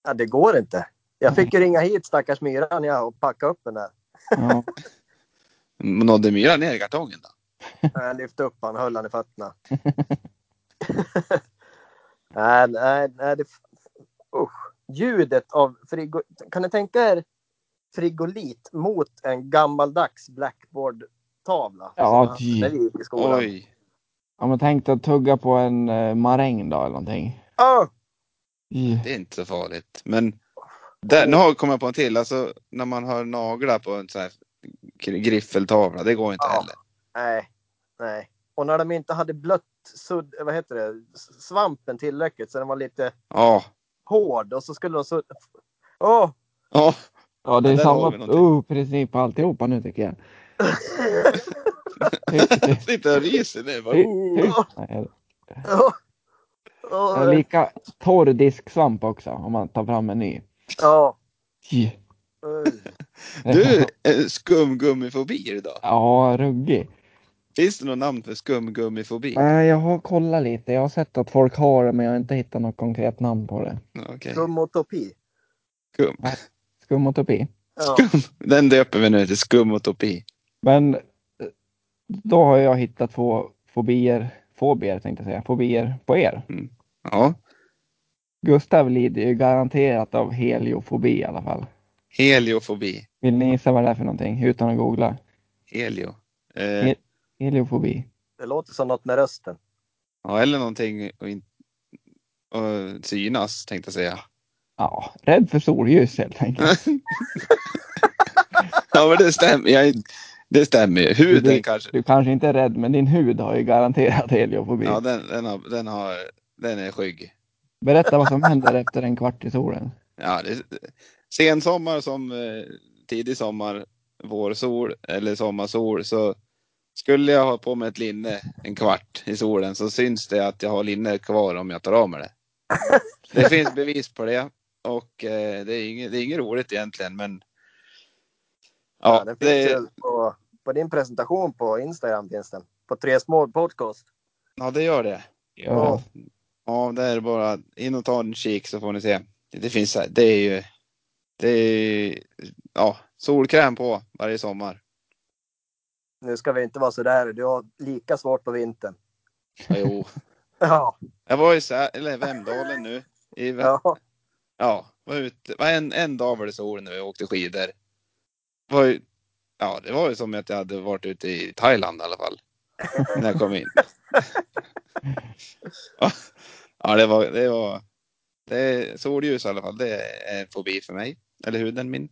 [SPEAKER 2] ja, det går inte. Jag fick ju ringa hit stackars myran jag, och packa upp den där.
[SPEAKER 1] Ja.
[SPEAKER 3] Nådde myran ner i kartongen då?
[SPEAKER 2] När jag lyfte upp han höll han i fötterna. nej, nej, nej. Det, usch. Ljudet av frigo, Kan ni tänka er frigolit mot en gammaldags blackboard-tavla?
[SPEAKER 1] Ja,
[SPEAKER 2] Som
[SPEAKER 1] ty.
[SPEAKER 2] när vi gick i skolan.
[SPEAKER 3] Oj.
[SPEAKER 1] Ja, men tänk dig att tugga på en eh, maräng då eller någonting.
[SPEAKER 2] Ah,
[SPEAKER 1] I-
[SPEAKER 3] Det är inte så farligt. Men där, nu har- kom jag på en till. Alltså när man har naglar på en sån här gri- griffeltavla. Det går inte
[SPEAKER 2] Ja.
[SPEAKER 3] heller.
[SPEAKER 2] nej, nej. Och när de inte hade blött sudd, vad heter det, s- svampen tillräckligt så den var lite
[SPEAKER 3] Ja.
[SPEAKER 2] hård och så skulle de sudda. Åh!
[SPEAKER 3] Ja.
[SPEAKER 1] Ja, det är
[SPEAKER 3] Ja, där har
[SPEAKER 1] samma
[SPEAKER 3] vi någonting.
[SPEAKER 1] oh, princip på alltihopa nu tycker jag. Typ- typ-
[SPEAKER 3] Jag sitter och ryser nu. Bara,
[SPEAKER 1] typ-
[SPEAKER 3] oh.
[SPEAKER 1] Nej,
[SPEAKER 2] Åh!
[SPEAKER 1] det
[SPEAKER 2] Åh!
[SPEAKER 1] är Lika torr disksvamp också om man tar fram en ny.
[SPEAKER 2] Ja.
[SPEAKER 1] Fy.
[SPEAKER 2] Uj.
[SPEAKER 3] Du, eh, skumgummifobier då?
[SPEAKER 1] Ja, ruggig.
[SPEAKER 3] Finns det något namn för skumgummifobi?
[SPEAKER 1] Nej, jag har kollat lite. Jag har sett att folk har det, men jag har inte hittat något konkret namn på det.
[SPEAKER 3] Okej.
[SPEAKER 2] Kromotopi.
[SPEAKER 3] Skum.
[SPEAKER 1] Skumotopi.
[SPEAKER 2] Ja.
[SPEAKER 3] Den döper vi nu till skumotopi.
[SPEAKER 1] Men eh, då har jag hittat två fobier, fobier tänkte jag säga, fobier på er.
[SPEAKER 3] Ja.
[SPEAKER 1] Gustav lider ju garanterat av heliofobi i alla fall.
[SPEAKER 3] Heliofobi.
[SPEAKER 1] Vill ni gissa vad det är för någonting utan att googla?
[SPEAKER 3] Helio.
[SPEAKER 1] He-
[SPEAKER 3] Eh,
[SPEAKER 1] Heliofobi.
[SPEAKER 2] Det låter som något med rösten.
[SPEAKER 3] ja, eller någonting och in, och synas tänkte jag säga.
[SPEAKER 1] Ja, rädd för solljus helt enkelt.
[SPEAKER 3] Ja, men det stämmer. Jag, det stämmer ju. Huden
[SPEAKER 1] Det-
[SPEAKER 3] kanske.
[SPEAKER 1] Du kanske inte är rädd, men din hud har ju garanterat heliofobi.
[SPEAKER 3] Ja, den, den, har, den, har, den är skygg.
[SPEAKER 1] Berätta vad som händer efter en kvart i solen.
[SPEAKER 3] Ja, det, sensommar som eh, tidig sommar, vårsol eller sommarsol så skulle jag ha på mig ett linne en kvart i solen så syns det att jag har linne kvar om jag tar av mig det. Det finns bevis på det och eh, det, är inget, det är inget roligt egentligen men ja,
[SPEAKER 2] den finns
[SPEAKER 3] det,
[SPEAKER 2] ju på på din presentation på Instagram finns den. På Tre Små Podcast.
[SPEAKER 3] Ja, det gör det.
[SPEAKER 1] Ja.
[SPEAKER 3] Ja, det är bara in och ta en kik så får ni se. Det finns, det är ju, det är ju, ja, solkräm på varje sommar.
[SPEAKER 2] Nu ska vi inte vara så där. Du har lika svårt på vintern.
[SPEAKER 3] Ja, jo.
[SPEAKER 2] Ja,
[SPEAKER 3] Jag var i Sä- eller Vemdalen nu. I, ja.
[SPEAKER 2] ja.
[SPEAKER 3] ja, var ute, var en, en dag var det sol när vi åkte skidor. Var ju, ja, det var ju som att jag hade varit ute i Thailand i alla fall. När jag kom in. ja, det var, det var, det är solljus i alla fall. Det är en fobi för mig. Eller huden min.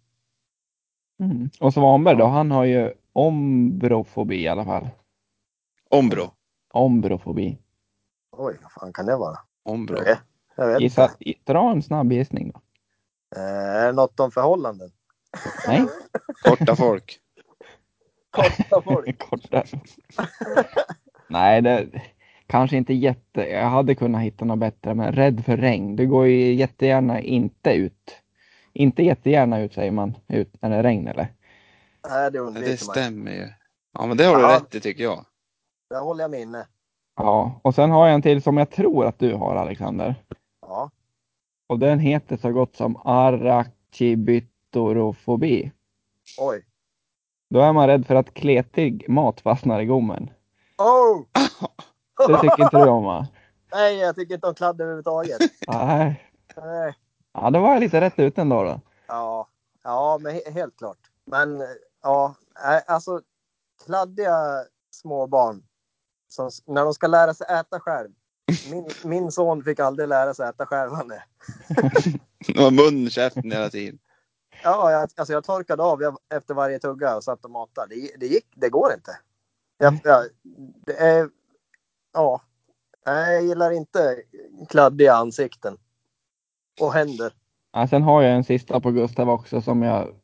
[SPEAKER 1] Mm. Och Svanberg då, han har ju ombrofobi i alla fall.
[SPEAKER 3] Ombro.
[SPEAKER 1] Ombrofobi.
[SPEAKER 2] Oj, vad fan kan det vara?
[SPEAKER 3] Ombro.
[SPEAKER 2] Jag vet inte.
[SPEAKER 1] Gissa, i- dra en snabb gissning då.
[SPEAKER 2] Eh, är det något om förhållanden?
[SPEAKER 1] Nej,
[SPEAKER 3] Korta folk.
[SPEAKER 2] Korta folk.
[SPEAKER 1] korta. Nej, det kanske inte jätte. Jag hade kunnat hitta något bättre, men rädd för regn. Du går ju jättegärna inte ut. Inte jättegärna ut säger man, ut när det är regn eller?
[SPEAKER 2] Nej, det
[SPEAKER 3] Ja, det
[SPEAKER 2] undviker man.
[SPEAKER 3] stämmer ju. Ja, men det har du
[SPEAKER 2] Ja.
[SPEAKER 3] rätt i tycker jag.
[SPEAKER 2] Det håller jag eh. med inne.
[SPEAKER 1] Ja, och sen har jag en till som jag tror att du har Alexander.
[SPEAKER 2] Ja.
[SPEAKER 1] Och den heter så gott som arachibytorofobi.
[SPEAKER 2] Oj.
[SPEAKER 1] Då är man rädd för att kletig mat fastnar i gommen.
[SPEAKER 2] Oh!
[SPEAKER 1] Det tycker inte du om va?
[SPEAKER 2] Nej, jag tycker inte om kladd överhuvudtaget.
[SPEAKER 1] Nej.
[SPEAKER 2] Nej.
[SPEAKER 1] Ja, då var jag lite rätt ut ändå då.
[SPEAKER 2] Ja, ja men he- helt klart. Men eh, ja, nej, alltså kladdiga små barn som, s- när de ska lära sig äta själv. Min, min son fick aldrig lära sig äta själv. han är.
[SPEAKER 3] Det var mun, käften hela tiden.
[SPEAKER 2] Ja, jag, alltså jag torkade av jag, efter varje tugga och satt och matade. Det, det gick, det går inte. Jag,
[SPEAKER 3] Mm.
[SPEAKER 2] jag, det är, ja, nej, jag gillar inte kladdiga ansikten. Och händer.
[SPEAKER 1] Ja, sen har jag en sista på Gustav också som jag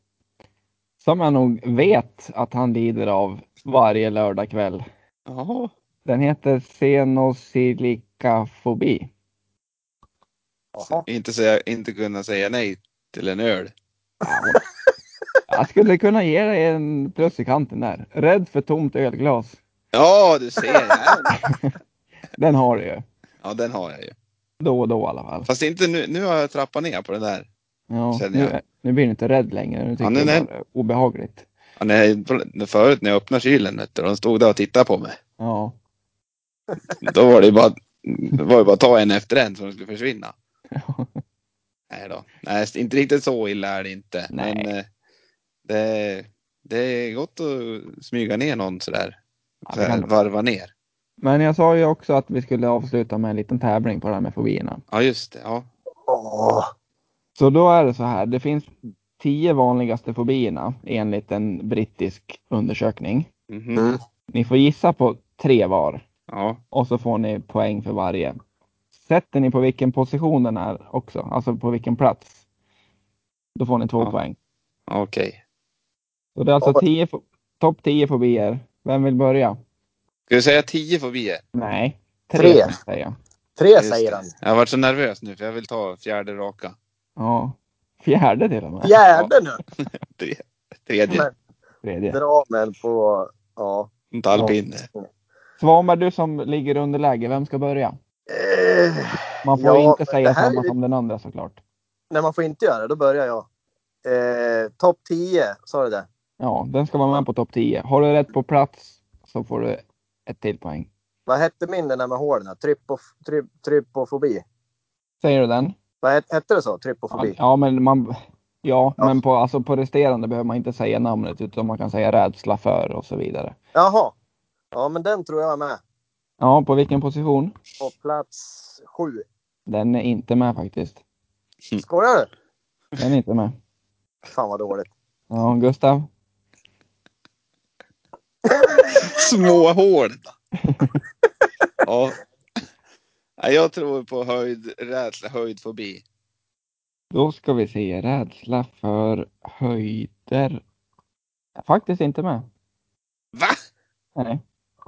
[SPEAKER 1] som jag nog vet att han lider av varje lördagkväll.
[SPEAKER 3] Jaha.
[SPEAKER 1] Den heter senosilicafobi.
[SPEAKER 2] Jaha.
[SPEAKER 3] Inte, säga, inte kunna säga nej till en öl.
[SPEAKER 1] Jag skulle kunna ge dig en plus i kanten där. Rädd för tomt ölglas.
[SPEAKER 3] Ja, du ser. Ja,
[SPEAKER 1] Den har du ju.
[SPEAKER 3] ja den har jag ju.
[SPEAKER 1] Då och då i alla fall.
[SPEAKER 3] Fast inte nu. Nu har jag trappat ner på det där.
[SPEAKER 1] Ja,
[SPEAKER 3] Känner jag.
[SPEAKER 1] nu, nu blir du inte rädd längre. Nu tycker
[SPEAKER 3] Ja,
[SPEAKER 1] du
[SPEAKER 3] nej,
[SPEAKER 1] det
[SPEAKER 3] nej.
[SPEAKER 1] är bara obehagligt.
[SPEAKER 3] Ja, när jag, förut när jag öppnade kylen, vet du, de stod där och tittade på mig.
[SPEAKER 1] Ja.
[SPEAKER 3] Då var det ju bara, det var ju bara att ta en efter en så de skulle försvinna. Nej då. Nej, inte riktigt så illa är det inte.
[SPEAKER 1] Nej.
[SPEAKER 3] Men eh, det, det är gott att smyga ner någon sådär.
[SPEAKER 1] Ja, det
[SPEAKER 3] sådär
[SPEAKER 1] kan det vara.
[SPEAKER 3] varva ner.
[SPEAKER 1] Men jag sa ju också att vi skulle avsluta med en liten tävling på det här med fobierna.
[SPEAKER 3] Ja, just det. Ja.
[SPEAKER 2] Åh,
[SPEAKER 1] Så då är det så här. Det finns tio vanligaste fobierna enligt en brittisk undersökning.
[SPEAKER 3] Mhm.
[SPEAKER 2] Mm.
[SPEAKER 1] Ni får gissa på tre var
[SPEAKER 3] Ja.
[SPEAKER 1] och så får ni poäng för varje. Sätter ni på vilken position den är också, alltså på vilken plats, då får ni två
[SPEAKER 3] Ja.
[SPEAKER 1] poäng.
[SPEAKER 3] Okej.
[SPEAKER 1] Så det är alltså
[SPEAKER 2] Oj.
[SPEAKER 1] tio, fo- topp 10 fobier. Vem vill börja?
[SPEAKER 3] Ska vi säga tio fobier?
[SPEAKER 1] Nej, tre,
[SPEAKER 2] Tre.
[SPEAKER 1] säger jag.
[SPEAKER 2] tre
[SPEAKER 3] Just
[SPEAKER 2] säger
[SPEAKER 3] det.
[SPEAKER 2] han.
[SPEAKER 3] Jag har varit så nervös nu för jag vill ta fjärde raka.
[SPEAKER 1] Ja. Fjärde till och med.
[SPEAKER 2] Fjärde nu!
[SPEAKER 3] Tre- Tredje.
[SPEAKER 2] Men
[SPEAKER 1] Tredje.
[SPEAKER 2] dra väl på... Ja.
[SPEAKER 3] Inte alpinne.
[SPEAKER 1] Svanberg, du som ligger under läge, vem ska börja?
[SPEAKER 2] Eh,
[SPEAKER 1] Man får
[SPEAKER 2] Ja,
[SPEAKER 1] inte
[SPEAKER 2] men
[SPEAKER 1] säga
[SPEAKER 2] det här
[SPEAKER 1] samma
[SPEAKER 2] är ju-
[SPEAKER 1] som den andra såklart.
[SPEAKER 2] när man får inte göra det, då börjar jag. Eh, Topp 10, sa du det?
[SPEAKER 1] Ja, den ska vara med på topp 10. Har du rätt på plats så får du ett till poäng.
[SPEAKER 2] Vad hette min den där med hålen? här? Trypof, try, trypofobi?
[SPEAKER 1] Säger du den?
[SPEAKER 2] Vad het, hette det så? Trypofobi?
[SPEAKER 1] Ja, men man... Ja,
[SPEAKER 2] Ja.
[SPEAKER 1] men på, alltså på resterande behöver man inte säga namnet utan man kan säga rädsla för och så vidare.
[SPEAKER 2] Jaha. Ja, men den tror jag är med.
[SPEAKER 1] Ja, på vilken position?
[SPEAKER 2] På plats sju.
[SPEAKER 1] Den är inte med faktiskt.
[SPEAKER 2] Skojar du?
[SPEAKER 1] Den är inte med.
[SPEAKER 2] Fan vad dåligt.
[SPEAKER 1] Ja, Gustav?
[SPEAKER 3] Små hål. ja. Nej, Jag tror på höjd, rädsla, höjdfobi.
[SPEAKER 1] Då ska vi se, rädsla för höjder. Faktiskt inte med.
[SPEAKER 3] Va?
[SPEAKER 1] Nej.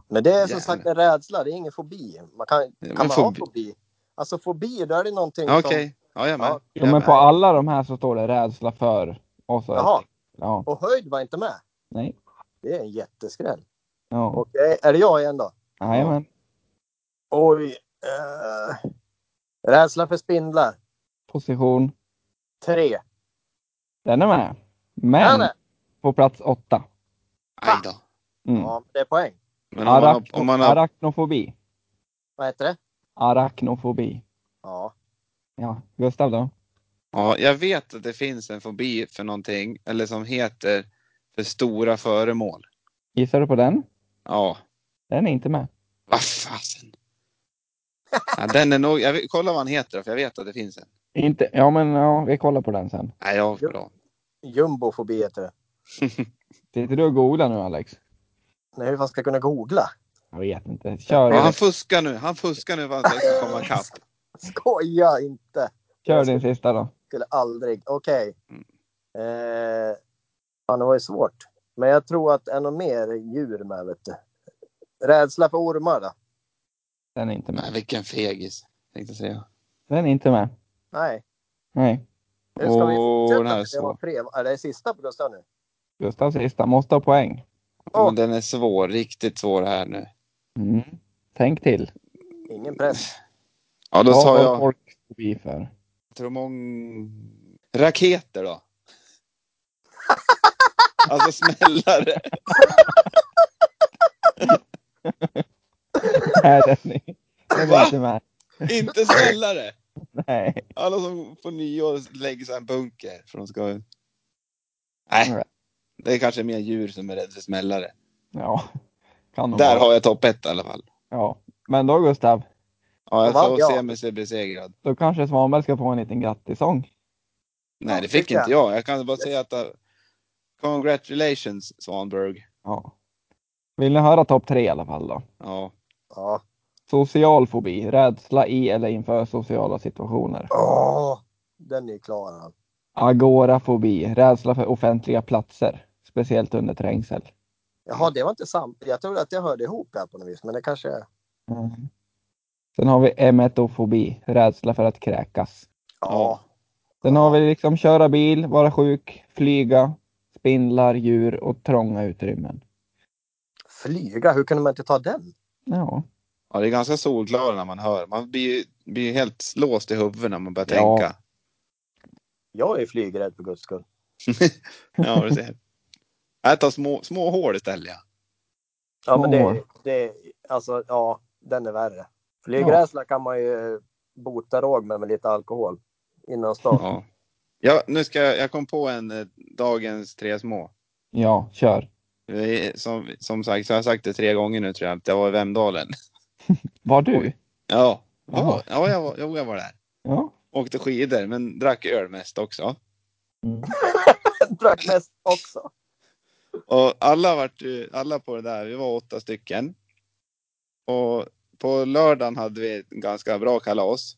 [SPEAKER 2] Men det är som
[SPEAKER 3] Jävlar.
[SPEAKER 2] sagt en rädsla, det är ingen fobi. Man kan,
[SPEAKER 3] Ja,
[SPEAKER 2] kan
[SPEAKER 3] men
[SPEAKER 2] man ha
[SPEAKER 3] fobi-
[SPEAKER 2] fobi? Alltså fobi, då är det någonting
[SPEAKER 3] Ja,
[SPEAKER 2] som...
[SPEAKER 3] Okej. Ja, jag är med.
[SPEAKER 2] Ja.
[SPEAKER 1] Jo, men på alla de här så står det rädsla för. Och så,
[SPEAKER 2] Jaha,
[SPEAKER 1] ja,
[SPEAKER 2] och höjd var inte med?
[SPEAKER 1] nej.
[SPEAKER 2] Det är en jätteskräll.
[SPEAKER 1] Ja,
[SPEAKER 2] Och eh, är det jag igen då?
[SPEAKER 1] jajamän.
[SPEAKER 2] Oj. Eh, rädsla för spindlar.
[SPEAKER 1] Position.
[SPEAKER 2] Tre.
[SPEAKER 1] Den är med.
[SPEAKER 2] Men.
[SPEAKER 1] Men på plats åtta.
[SPEAKER 3] Aj då.
[SPEAKER 1] Mm.
[SPEAKER 2] Ja, det är poäng.
[SPEAKER 3] Men om man, har,
[SPEAKER 1] Arachno,
[SPEAKER 3] om man har...
[SPEAKER 1] Arachnofobi.
[SPEAKER 2] Vad heter det?
[SPEAKER 1] Arachnofobi.
[SPEAKER 2] Ja.
[SPEAKER 1] Ja, Gustav då?
[SPEAKER 3] Ja, jag vet att det finns en fobi för någonting, eller som heter för stora föremål.
[SPEAKER 1] Gissar du på den?
[SPEAKER 3] Ja,
[SPEAKER 1] Den är inte med.
[SPEAKER 3] vad fasen. Ja, den är nog... Jag vet, kolla vad han heter då, för jag vet att det finns en.
[SPEAKER 1] Inte, ja, men ja, vi kollar på den sen.
[SPEAKER 3] Nej, jag bra.
[SPEAKER 2] Jumbofobi heter det.
[SPEAKER 1] Sitter du och googlar nu Alex?
[SPEAKER 2] Nej, hur fan ska jag kunna googla?
[SPEAKER 1] Jag vet inte. Kör,
[SPEAKER 3] Ja, han fuskar nu. Han fuskar nu för att jag ska komma ikapp.
[SPEAKER 2] Skoja inte!
[SPEAKER 1] kör din sista då.
[SPEAKER 2] Skulle aldrig. Okej. Eh, fan, det var ju svårt. Men jag tror att det är något mer djur med, vet du. Rädsla för ormar då?
[SPEAKER 1] Den är inte med.
[SPEAKER 3] Men vilken fegis, tänkte jag säga.
[SPEAKER 1] Den är inte med.
[SPEAKER 2] Nej.
[SPEAKER 1] Nej.
[SPEAKER 2] Nu ska vi
[SPEAKER 3] Åh,
[SPEAKER 2] fortsätta
[SPEAKER 3] den här är
[SPEAKER 2] med det var
[SPEAKER 3] svår.
[SPEAKER 2] pre... Är det sista på Gustav nu?
[SPEAKER 1] Gustav sista. Måste ha poäng.
[SPEAKER 3] Ja, Men den är svår, riktigt svår här nu.
[SPEAKER 1] Mm. Tänk till.
[SPEAKER 2] Ingen press.
[SPEAKER 3] Ja, då
[SPEAKER 1] Vad
[SPEAKER 3] sa
[SPEAKER 1] har
[SPEAKER 3] jag
[SPEAKER 1] folk fobi för?
[SPEAKER 3] tromong... Raketer då? alltså smällare.
[SPEAKER 1] Nej, den är, den är
[SPEAKER 3] Va?
[SPEAKER 1] inte med.
[SPEAKER 3] Inte smällare!
[SPEAKER 1] Nej.
[SPEAKER 3] Alla som på nyår lägger sig i en bunker för de ska... Nej, det är kanske mer djur som är rädda för smällare.
[SPEAKER 1] Ja. Kan nog
[SPEAKER 3] Där
[SPEAKER 1] vara.
[SPEAKER 3] har jag topp ett i alla fall.
[SPEAKER 1] Ja. Men då Gustav,
[SPEAKER 3] Ja, jag
[SPEAKER 2] Vad
[SPEAKER 3] får
[SPEAKER 2] vann jag?
[SPEAKER 3] se mig se besegrad.
[SPEAKER 1] då kanske Svanberg ska få en liten grattisång.
[SPEAKER 3] Nej, det
[SPEAKER 2] Ja,
[SPEAKER 3] fick
[SPEAKER 2] tycker
[SPEAKER 3] inte jag. Jag kan bara säga att... äh, Congratulations, Svanberg.
[SPEAKER 1] Ja. Vill ni höra topp tre i alla fall då?
[SPEAKER 3] Ja.
[SPEAKER 2] Ja.
[SPEAKER 1] Social fobi, rädsla i eller inför sociala situationer.
[SPEAKER 2] Åh, den är ju klar. han.
[SPEAKER 1] Agorafobi, rädsla för offentliga platser, speciellt under trängsel.
[SPEAKER 2] Jaha, det var inte sant. Jag trodde att jag hörde ihop det här på något vis, men det kanske är...
[SPEAKER 1] Mm. Sen har vi emetofobi, rädsla för att kräkas.
[SPEAKER 2] Ja.
[SPEAKER 1] Sen har vi liksom köra bil, vara sjuk, flyga, spindlar, djur och trånga utrymmen.
[SPEAKER 2] Flyga, hur kunde man inte ta den?
[SPEAKER 1] Ja,
[SPEAKER 3] Ja, det är ganska solklara när man hör. Man blir ju blir ju helt låst i huvudet när man börjar
[SPEAKER 1] Ja.
[SPEAKER 3] tänka.
[SPEAKER 2] Jag är flygrädd för guds skull.
[SPEAKER 3] Ja, du ser. Jag tar små, små hål istället. Ja.
[SPEAKER 2] Ja, men det,
[SPEAKER 1] Åh.
[SPEAKER 2] det, alltså, ja, den är värre. Flygrädsla kan man ju bota råg med, med lite alkohol innan start.
[SPEAKER 3] Ja. Ja, nu ska jag, jag kom på en eh, dagens tre små.
[SPEAKER 1] ja, kör.
[SPEAKER 3] Vi är- Som, som sagt, så har jag sagt det tre gånger nu tror jag. att Det var i Vemdalen.
[SPEAKER 1] Var du?
[SPEAKER 3] Ja,
[SPEAKER 1] Jaha.
[SPEAKER 3] ja, ja jag, var, jo, jag var där.
[SPEAKER 1] Ja.
[SPEAKER 3] Åkte skidor, men drack öl mest också.
[SPEAKER 1] Mm.
[SPEAKER 2] Drack mest också.
[SPEAKER 3] Och alla, vart, ju- alla på det där, vi var åtta stycken. Och på lördagen hade vi ett ganska bra kalas.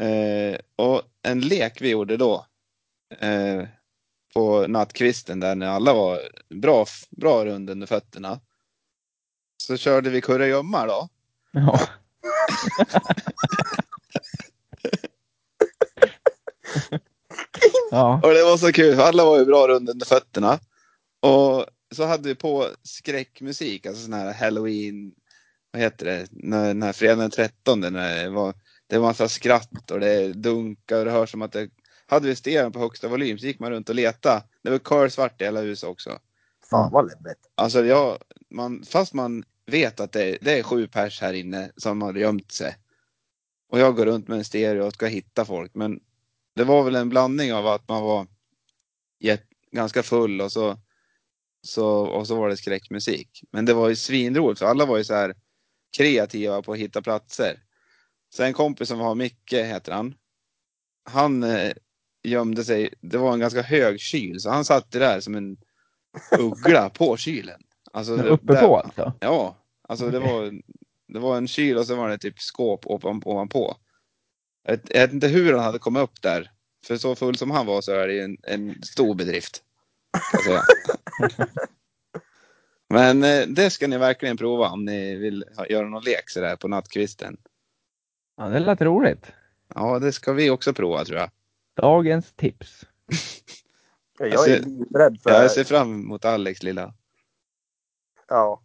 [SPEAKER 3] Eh, och en lek vi gjorde då eh, på nattkvisten där när alla var bra, bra rund under fötterna. Så körde vi kurragömma då.
[SPEAKER 1] ja. ja.
[SPEAKER 3] Och det var så kul, för alla var ju bra rund under fötterna. Och så hade vi på skräckmusik, alltså sån här halloween, vad heter det, när, den här fredagen den 13 när det var, det var massa skratt och det dunkar och det hörs som att det, hade vi stereon på högsta volym så gick man runt och letade. Det var kolsvart i hela huset också.
[SPEAKER 2] Fan vad läbbigt.
[SPEAKER 3] Alltså jag, man, fast man vet att det, det är sju pers här inne som har gömt sig. Och jag går runt med en stereo och ska hitta folk. Men det var väl en blandning av att man var jätt, ganska full och så, så, och så var det skräckmusik. Men det var ju svinroligt för alla var ju så här kreativa på att hitta platser. Så en kompis som var Micke, heter han. Han eh, gömde sig, det var en ganska hög kyl så han satt där som en uggla på kylen. Alltså, det-
[SPEAKER 1] Uppe
[SPEAKER 3] där-
[SPEAKER 1] på alltså?
[SPEAKER 3] Ja, alltså det var, det var en kyl och så var det typ skåp ovan- ovanpå. Jag, jag vet inte hur han hade kommit upp där. För så full som han var så är det ju en, en stor bedrift. kan jag säga. Men eh, det ska ni verkligen prova om ni vill ha, göra någon lek sådär på nattkvisten.
[SPEAKER 1] Ja, det lät roligt.
[SPEAKER 3] Ja, det ska vi också prova tror jag.
[SPEAKER 1] Dagens tips.
[SPEAKER 2] Jag
[SPEAKER 3] Jag
[SPEAKER 2] är
[SPEAKER 3] ser-
[SPEAKER 2] livrädd för...
[SPEAKER 3] Jag ser fram emot Alex lilla
[SPEAKER 2] Ja,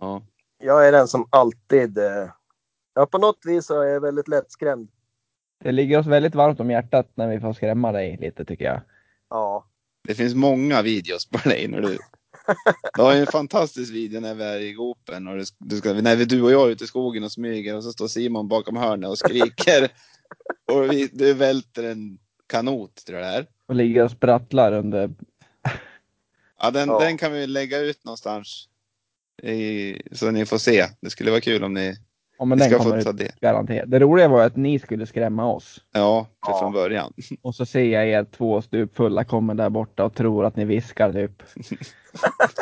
[SPEAKER 3] Ja.
[SPEAKER 2] jag är den som alltid... eh, Ja, på något vis så är jag väldigt lättskrämd.
[SPEAKER 1] Det ligger oss väldigt varmt om hjärtat när vi får skrämma dig lite tycker jag.
[SPEAKER 2] Ja,
[SPEAKER 3] Det finns många videos på dig när du... Du har ju en fantastisk video när vi är i gropen och du, du ska, när vi, du och jag är ute i skogen och smyger och så står Simon bakom hörnet och skriker. och vi, du välter en kanot tror jag det är.
[SPEAKER 1] Och ligger och sprattlar under...
[SPEAKER 3] Ja, den,
[SPEAKER 2] Ja.
[SPEAKER 3] den kan vi lägga ut någonstans. I, så ni får se. Det skulle vara kul om ni,
[SPEAKER 1] Ja, men
[SPEAKER 3] ni
[SPEAKER 1] den
[SPEAKER 3] ska
[SPEAKER 1] kommer
[SPEAKER 3] få
[SPEAKER 1] ut
[SPEAKER 3] ta det.
[SPEAKER 1] garanterat. Det roliga var ju att ni skulle skrämma oss.
[SPEAKER 3] Ja,
[SPEAKER 2] Ja.
[SPEAKER 3] från början.
[SPEAKER 1] Och så ser jag er två stupfulla kommer där borta och tror att ni viskar typ.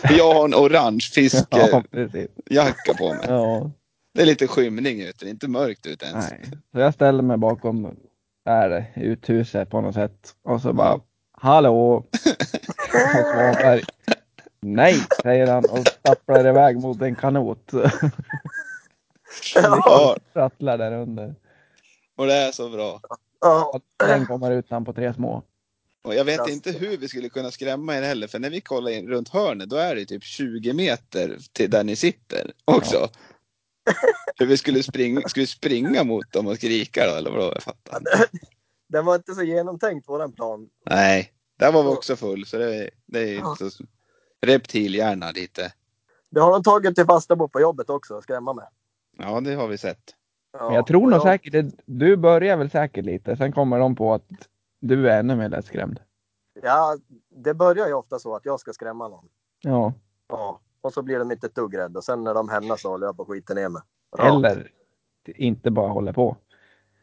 [SPEAKER 3] Jag har en orange
[SPEAKER 1] Ja,
[SPEAKER 3] fiskejacka
[SPEAKER 1] precis.
[SPEAKER 3] på mig.
[SPEAKER 1] Ja,
[SPEAKER 3] Det är lite skymning ute, det är inte mörkt ute ens.
[SPEAKER 1] nej. Så jag ställer mig bakom där uthuset på något sätt och så bara Hallå! Och Svanberg. Nej, säger han och stapplar iväg mot en kanot.
[SPEAKER 3] Ja,
[SPEAKER 1] Sprattlar där under.
[SPEAKER 3] och det är så bra.
[SPEAKER 2] ja,
[SPEAKER 1] Och den kommer ut han på tre små.
[SPEAKER 3] Och jag vet
[SPEAKER 2] Klass.
[SPEAKER 3] inte hur vi skulle kunna skrämma er heller, för när vi kollar in runt hörnet då är det typ 20 meter till där ni sitter också. Hur vi skulle springa, skulle vi springa mot dem och skrika då, eller vadå? Jag fattar inte.
[SPEAKER 2] den var inte så genomtänkt, våran plan.
[SPEAKER 3] Nej, där var vi också full, så det, det är ju så reptilhjärna lite.
[SPEAKER 2] Det har de tagit till fasta på på jobbet också, att skrämma med.
[SPEAKER 3] Ja, det har vi sett.
[SPEAKER 2] Ja,
[SPEAKER 1] Men jag tror
[SPEAKER 2] och
[SPEAKER 1] nog säkert, det- du börjar väl säkert lite, sen kommer de på att du är ännu mer lättskrämd.
[SPEAKER 2] Ja, det börjar ju ofta så att jag ska skrämma någon.
[SPEAKER 1] Ja,
[SPEAKER 2] Ja, och så blir de inte ett dugg rädda. Sen när de hämnas så håller jag på att skita ner mig. Ja.
[SPEAKER 1] eller inte bara håller på.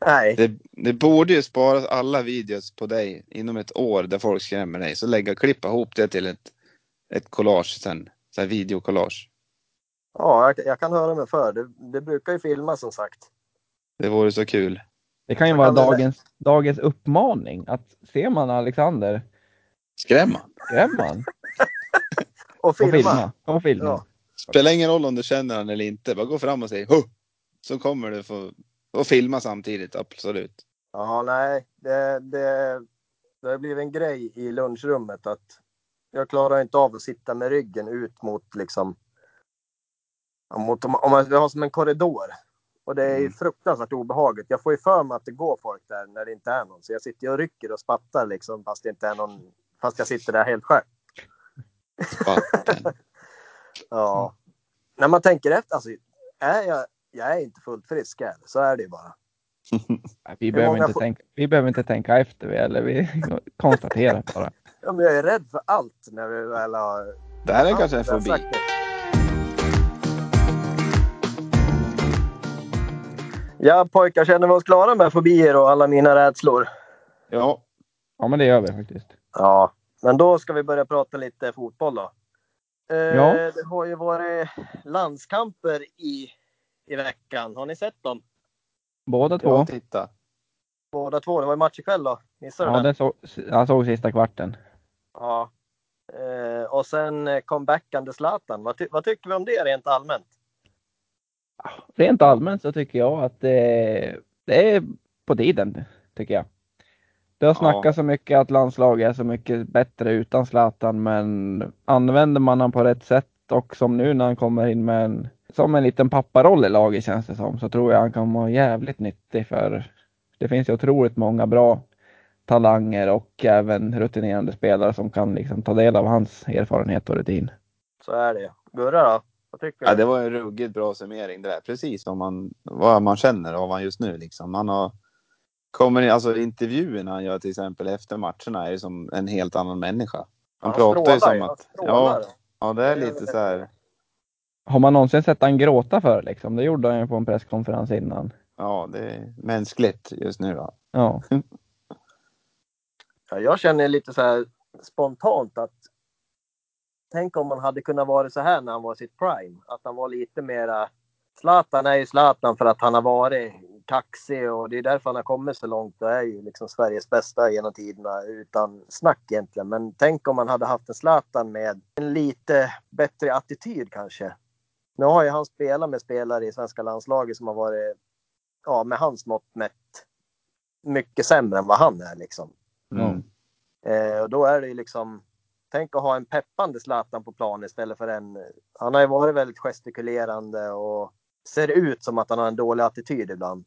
[SPEAKER 2] Nej,
[SPEAKER 3] Det, det borde ju sparas alla videos på dig inom ett år där folk skrämmer dig, så lägga klippa ihop det till ett, ett collage sen, så här videokollage.
[SPEAKER 2] ja, jag, jag kan höra mig för. Det, det brukar ju filmas som sagt.
[SPEAKER 3] Det vore så kul.
[SPEAKER 1] Det kan ju
[SPEAKER 2] Så
[SPEAKER 1] vara
[SPEAKER 2] kan det-
[SPEAKER 1] dagens, dagens uppmaning att ser man Alexander,
[SPEAKER 3] Skrämma!
[SPEAKER 1] skräm man
[SPEAKER 2] Och
[SPEAKER 1] och
[SPEAKER 2] filma.
[SPEAKER 1] filma. Och filma.
[SPEAKER 2] Ja.
[SPEAKER 3] Spelar ingen roll om du känner han eller inte, bara gå fram och säg Huh! Så kommer du få och filma samtidigt, absolut.
[SPEAKER 2] Ja, nej. Det, det, det har blivit en grej i lunchrummet att jag klarar inte av att sitta med ryggen ut mot liksom. ja, Mot, om om man, vi har som en korridor och det är ju
[SPEAKER 3] Mm.
[SPEAKER 2] fruktansvärt obehagligt. Jag får ju för mig att det går folk där när det inte är någon, så jag sitter ju och rycker och spattar liksom fast det inte är någon. Fast jag sitter där helt själv.
[SPEAKER 3] Vatten.
[SPEAKER 2] Ja, när man tänker efter. Alltså, är jag, jag är inte fullt frisk än, så är det ju bara.
[SPEAKER 1] Nej, Vi, behöver
[SPEAKER 2] många
[SPEAKER 1] inte
[SPEAKER 2] fo-
[SPEAKER 1] tänka, vi behöver inte tänka efter, vi- eller vi konstaterar bara.
[SPEAKER 2] Ja, men jag är rädd för allt när vi väl har
[SPEAKER 3] Det här är
[SPEAKER 2] Ja,
[SPEAKER 3] kanske en
[SPEAKER 2] det har jag
[SPEAKER 3] fobi.
[SPEAKER 2] sagt det. Ja pojkar, känner vi oss klara med fobier och alla mina rädslor?
[SPEAKER 3] Ja,
[SPEAKER 1] Ja, men det gör vi faktiskt.
[SPEAKER 2] Ja. Men då ska vi börja prata lite fotboll då. Eh,
[SPEAKER 1] Ja.
[SPEAKER 2] Det har ju varit landskamper i, i veckan. Har ni sett dem?
[SPEAKER 1] Båda två.
[SPEAKER 3] ja titta.
[SPEAKER 2] Båda två. Det var ju match ikväll då. Missade du
[SPEAKER 1] Ja,
[SPEAKER 2] den?
[SPEAKER 1] den så, jag såg sista kvarten.
[SPEAKER 2] Ja. Eh, och sen eh, comebackande Zlatan. Vad, ty- vad tycker vi om det rent allmänt?
[SPEAKER 1] Rent allmänt så tycker jag att det, det är på tiden, tycker jag. Det har
[SPEAKER 3] Ja.
[SPEAKER 1] snackats så mycket att landslaget är så mycket bättre utan Zlatan, men använder man han på rätt sätt och som nu när han kommer in med en, som en liten papparoll i laget känns det som, så tror jag han kan vara jävligt nyttig för det finns ju otroligt många bra talanger och även rutinerade spelare som kan liksom ta del av hans erfarenhet och rutin.
[SPEAKER 2] Så är det ju. Gurra då? Vad tycker
[SPEAKER 3] Ja,
[SPEAKER 2] du?
[SPEAKER 3] det var en ruggigt bra summering det där. Precis som man, vad man känner av han just nu. Liksom. Han har, kommer, in- alltså intervjuerna han gör till exempel efter matcherna är ju som en helt annan människa. Han, pratar ju
[SPEAKER 2] strålar
[SPEAKER 3] som att...
[SPEAKER 2] Han
[SPEAKER 3] Ja,
[SPEAKER 2] strålar.
[SPEAKER 3] ja, det är lite så här...
[SPEAKER 1] Har man någonsin sett han gråta för liksom? Det gjorde han ju på en presskonferens innan.
[SPEAKER 3] Ja, det är mänskligt just nu. Då.
[SPEAKER 1] Ja.
[SPEAKER 2] Ja, jag känner lite så här spontant att tänk om man hade kunnat vara så här när han var i sitt prime. Att han var lite mera... Zlatan är ju Zlatan för att han har varit kaxig och det är därför han har kommit så långt och är ju liksom Sveriges bästa genom tiderna utan snack egentligen. Men tänk om man hade haft en Zlatan med en lite bättre attityd kanske. Nu har ju han spelat med spelare i svenska landslaget som har varit, ja med hans mått mätt, mycket sämre än vad han är liksom.
[SPEAKER 1] Mm.
[SPEAKER 2] Eh, och då är det ju liksom, Tänk att ha en peppande Zlatan på plan istället för en... Han har ju varit väldigt gestikulerande och ser ut som att han har en dålig attityd ibland.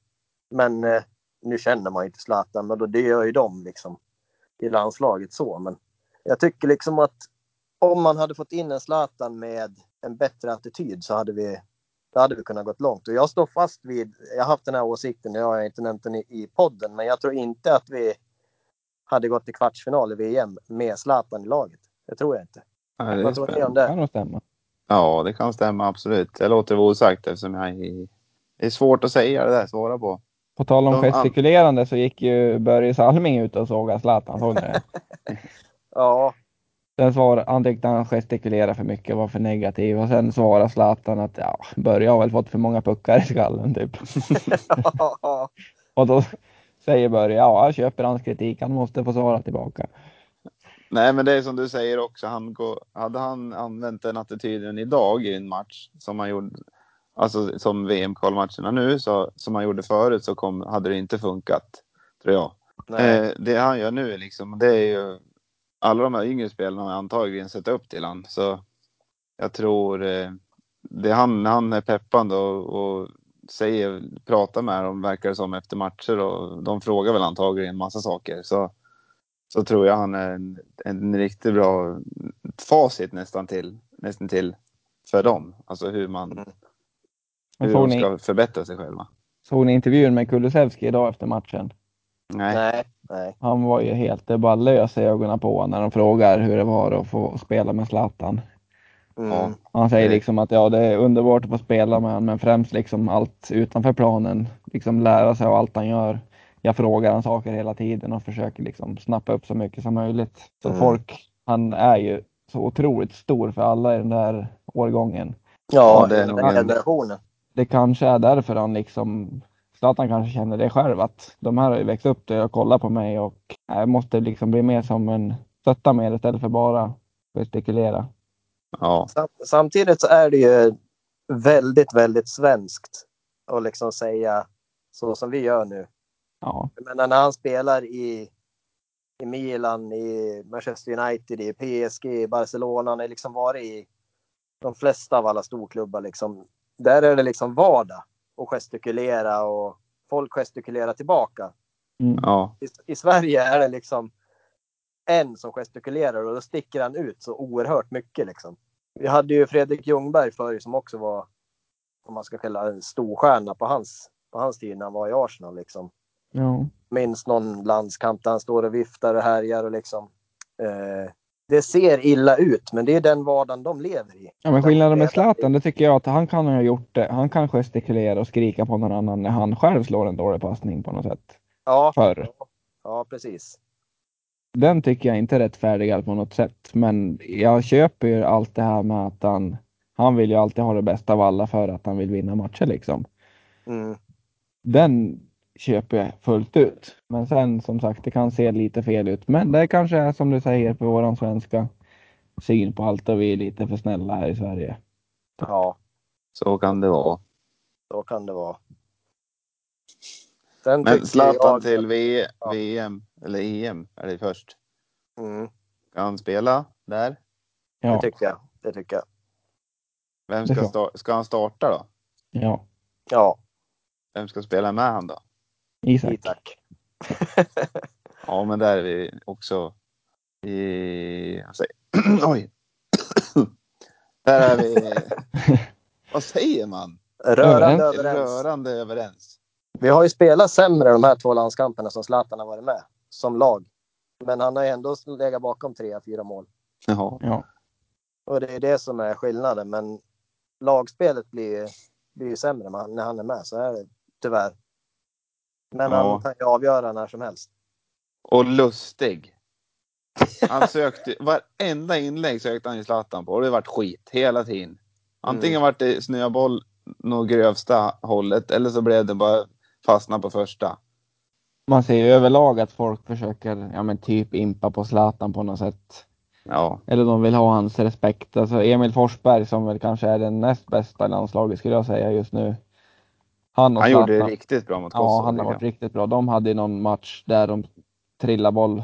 [SPEAKER 2] Men eh, nu känner man ju inte Zlatan, men då, det gör ju de liksom i landslaget så. Men jag tycker liksom att om man hade fått in en Zlatan med en bättre attityd så hade vi, då hade vi kunnat gått långt. Och jag står fast vid, jag har haft den här åsikten, jag har inte nämnt den i, i podden, men jag tror inte att vi hade gått till kvartsfinal i VM med Zlatan i laget. Det tror jag inte.
[SPEAKER 3] Ja,
[SPEAKER 2] Vad tror ni om det?
[SPEAKER 1] kan nog stämma.
[SPEAKER 3] ja, det kan stämma absolut. Jag låter det vara osagt eftersom jag är... Det är svårt att säga det där, svara på.
[SPEAKER 1] På tal om
[SPEAKER 3] De an-
[SPEAKER 1] gestikulerande så gick ju Börje Salming ut och sågade Zlatan. Såg ni det?
[SPEAKER 2] Ja,
[SPEAKER 1] Sen svarade han tyckte han gestikulerade för mycket och var för negativ. Och sen svarade Zlatan att ja, Börje har väl fått för många puckar i skallen typ. Och då säger Börje ja, jag köper hans kritik. Han måste få svara tillbaka.
[SPEAKER 3] Nej, men det är som du säger också. Han går, hade han använt den attityden idag i en match som han gjorde, alltså som VM-kvalmatcherna nu, så, som han gjorde förut så kom, hade det inte funkat, tror jag.
[SPEAKER 2] nej.
[SPEAKER 3] Eh, det han gör nu liksom, det är ju alla de här yngre spelarna har antagligen sett upp till han. Så jag tror eh, det han, han är peppande och, och säger, pratar med dem verkar det som efter matcher och de frågar väl antagligen en massa saker. Så, så tror jag han är en, en riktigt bra facit nästan till, nästan till för dem. Alltså hur man
[SPEAKER 1] Men
[SPEAKER 3] hur
[SPEAKER 1] såg
[SPEAKER 3] de
[SPEAKER 1] Mm. ni,
[SPEAKER 3] ska förbättra sig själva.
[SPEAKER 1] såg ni intervjun med Kulusevski idag efter matchen?
[SPEAKER 3] Nej.
[SPEAKER 2] nej, nej.
[SPEAKER 1] Han var ju helt, det bara lös i ögonen på honom när de frågar hur det var att få spela med Zlatan.
[SPEAKER 2] Mm.
[SPEAKER 1] Han säger
[SPEAKER 3] Nej.
[SPEAKER 1] liksom att ja, det är underbart att få spela med honom, men främst liksom allt utanför planen. Liksom lära sig av allt han gör. Jag frågar han saker hela tiden och försöker liksom snappa upp så mycket som möjligt. Så
[SPEAKER 2] Mm.
[SPEAKER 1] folk, han är ju så otroligt stor för alla i den där årgången.
[SPEAKER 2] Ja,
[SPEAKER 3] Ja, det är
[SPEAKER 2] den
[SPEAKER 3] nog en-
[SPEAKER 2] generationen.
[SPEAKER 1] Det kanske är därför han liksom, Zlatan kanske känner det själv att de här har ju växt upp det och kollar på mig och jag måste liksom bli mer som en, stötta mer istället för bara gestikulera.
[SPEAKER 3] Ja.
[SPEAKER 2] Sam- Samtidigt så är det ju väldigt, väldigt svenskt att liksom säga så som vi gör nu.
[SPEAKER 1] Ja,
[SPEAKER 2] Jag menar när han spelar i, i Milan, i Manchester United, i PSG, i Barcelona, han har liksom varit i de flesta av alla storklubbar. Liksom. Där är det liksom vardag och gestikulera och folk gestikulerar tillbaka.
[SPEAKER 1] mm.
[SPEAKER 3] ja.
[SPEAKER 2] I, I Sverige är det liksom en som gestikulerar och då sticker han ut så oerhört mycket. Liksom. Vi hade ju Fredrik Ljungberg förr som också var, om man ska kalla det, en storstjärna på hans, på hans tid när han var i Arsenal. Liksom
[SPEAKER 1] ja.
[SPEAKER 2] minns någon landskamp där han står och viftar och härjar och liksom. Eh, det ser illa ut, men det är den vardagen de lever i.
[SPEAKER 1] Ja, men skillnaden med Zlatan, det tycker jag att han kan ha gjort det. Han kan gestikulera och skrika på någon annan när han själv slår en dålig passning på något sätt.
[SPEAKER 2] Ja,
[SPEAKER 1] Förr.
[SPEAKER 2] ja precis.
[SPEAKER 1] Den tycker jag inte är rättfärdigad på något sätt. Men jag köper ju allt det här med att han, han vill ju alltid ha det bästa av alla för att han vill vinna matcher liksom.
[SPEAKER 2] Mm.
[SPEAKER 1] Den köper jag fullt ut. Men sen som sagt, det kan se lite fel ut. Men det kanske är som du säger för våran svenska syn på allt och vi är lite för snälla här i Sverige.
[SPEAKER 2] Ja,
[SPEAKER 3] Så kan det vara.
[SPEAKER 2] så kan det vara. Sen
[SPEAKER 3] Men
[SPEAKER 2] tycker
[SPEAKER 3] Zlatan
[SPEAKER 2] jag-
[SPEAKER 3] till v,
[SPEAKER 2] Ja.
[SPEAKER 3] VM, eller EM, är det först.
[SPEAKER 2] Mm,
[SPEAKER 3] Ska han spela där?
[SPEAKER 2] det
[SPEAKER 1] Ja,
[SPEAKER 2] tycker jag. Det tycker jag.
[SPEAKER 3] Vem
[SPEAKER 1] Det
[SPEAKER 3] ska,
[SPEAKER 1] tror
[SPEAKER 3] sta- ska han starta då?
[SPEAKER 1] ja.
[SPEAKER 2] Ja,
[SPEAKER 3] Vem ska spela med han då?
[SPEAKER 1] Isak.
[SPEAKER 2] i tack.
[SPEAKER 3] Ja, men där är vi också i... Vad säger... Oj! där är vi... vad säger man? Mm.
[SPEAKER 2] Rörande
[SPEAKER 1] Överens.
[SPEAKER 2] överens.
[SPEAKER 3] Rörande överens.
[SPEAKER 2] Vi har ju spelat sämre de här två landskamperna som Zlatan har varit med som lag. Men han har ju ändå legat bakom tre, fyra mål.
[SPEAKER 3] Jaha.
[SPEAKER 1] Ja.
[SPEAKER 2] Och det är det som är skillnaden. Men lagspelet blir, blir ju sämre när han- när han är med. Så är det tyvärr. Men
[SPEAKER 3] Ja.
[SPEAKER 2] han kan ju avgöra när som helst.
[SPEAKER 3] Och lustig. Han sökte, varenda inlägg sökte han ju Zlatan på och det vart skit hela tiden. Antingen vart det snöboll något grövsta hållet eller så blev det bara fastna på första.
[SPEAKER 1] man ser ju överlag att folk försöker ja, men typ impa på Zlatan på något sätt.
[SPEAKER 3] Ja,
[SPEAKER 1] Eller de vill ha hans respekt. Alltså Emil Forsberg som väl kanske är den näst bästa i landslaget skulle jag säga just nu. Han och Zlatan.
[SPEAKER 3] han gjorde det riktigt bra mot Kosovo.
[SPEAKER 1] Ja, han har
[SPEAKER 3] tycker
[SPEAKER 1] varit riktigt bra. De hade ju någon match där de trillade boll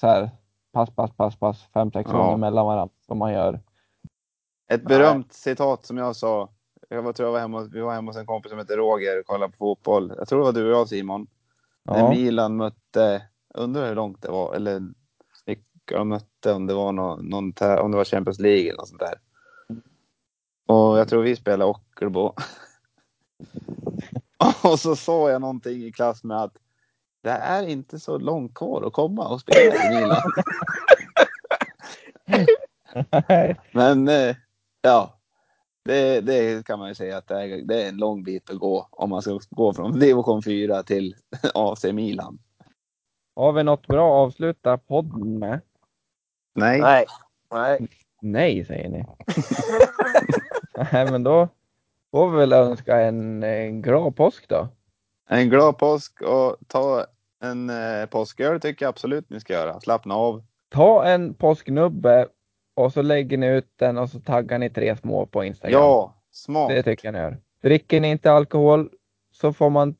[SPEAKER 1] så här pass, pass, pass, pass, fem, sex
[SPEAKER 3] Ja.
[SPEAKER 1] gånger mellan varandra som man gör.
[SPEAKER 3] Ett berömt citat som jag sa. Jag var, tror jag var hemma, vi var hemma hos en kompis som heter Roger och kollade på fotboll. Jag tror det var du och jag Simon. När
[SPEAKER 1] Ja,
[SPEAKER 3] Milan mötte, undrar hur långt det var, eller vilka de mötte, om det var, någon, någon, tä- om det var Champions League eller något sånt där. Och jag tror vi spelade Ockelbo. och så sa jag någonting i klass med att det är inte så långt kvar att komma och spela i Milan. Men eh, ja, det, det kan man ju säga att det är, det är en lång bit att gå om man ska gå från division 4 till AC Milan.
[SPEAKER 1] har vi något bra att avsluta podden med?
[SPEAKER 3] Nej.
[SPEAKER 2] Nej. Nej.
[SPEAKER 1] Nej, säger ni. Nej, men då får vi väl önska en, en glad påsk då.
[SPEAKER 3] En glad påsk och ta en eh, påsköl tycker jag absolut ni ska göra. Slappna av.
[SPEAKER 1] Ta en påsknubbe och så lägger ni ut den och så taggar ni tre små på Instagram.
[SPEAKER 3] Ja, smart.
[SPEAKER 1] Det tycker jag ni gör. Dricker ni inte alkohol så får man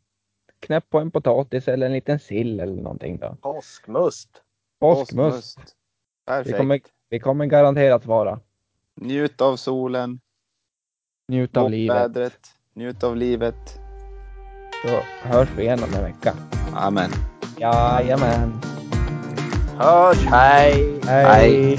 [SPEAKER 1] knäpp på en potatis eller en liten sill eller någonting då.
[SPEAKER 2] Påskmust.
[SPEAKER 1] Påskmust. Vi
[SPEAKER 3] Perfekt.
[SPEAKER 1] kommer, vi kommer garanterat vara.
[SPEAKER 3] Njut av solen,
[SPEAKER 1] Njut av
[SPEAKER 3] njut
[SPEAKER 1] livet.
[SPEAKER 3] vädret, njut av livet.
[SPEAKER 1] Så hörs vi igen om en vecka.
[SPEAKER 3] Amen.
[SPEAKER 1] Jajamän.
[SPEAKER 2] Hörs. Hej.
[SPEAKER 1] Hej.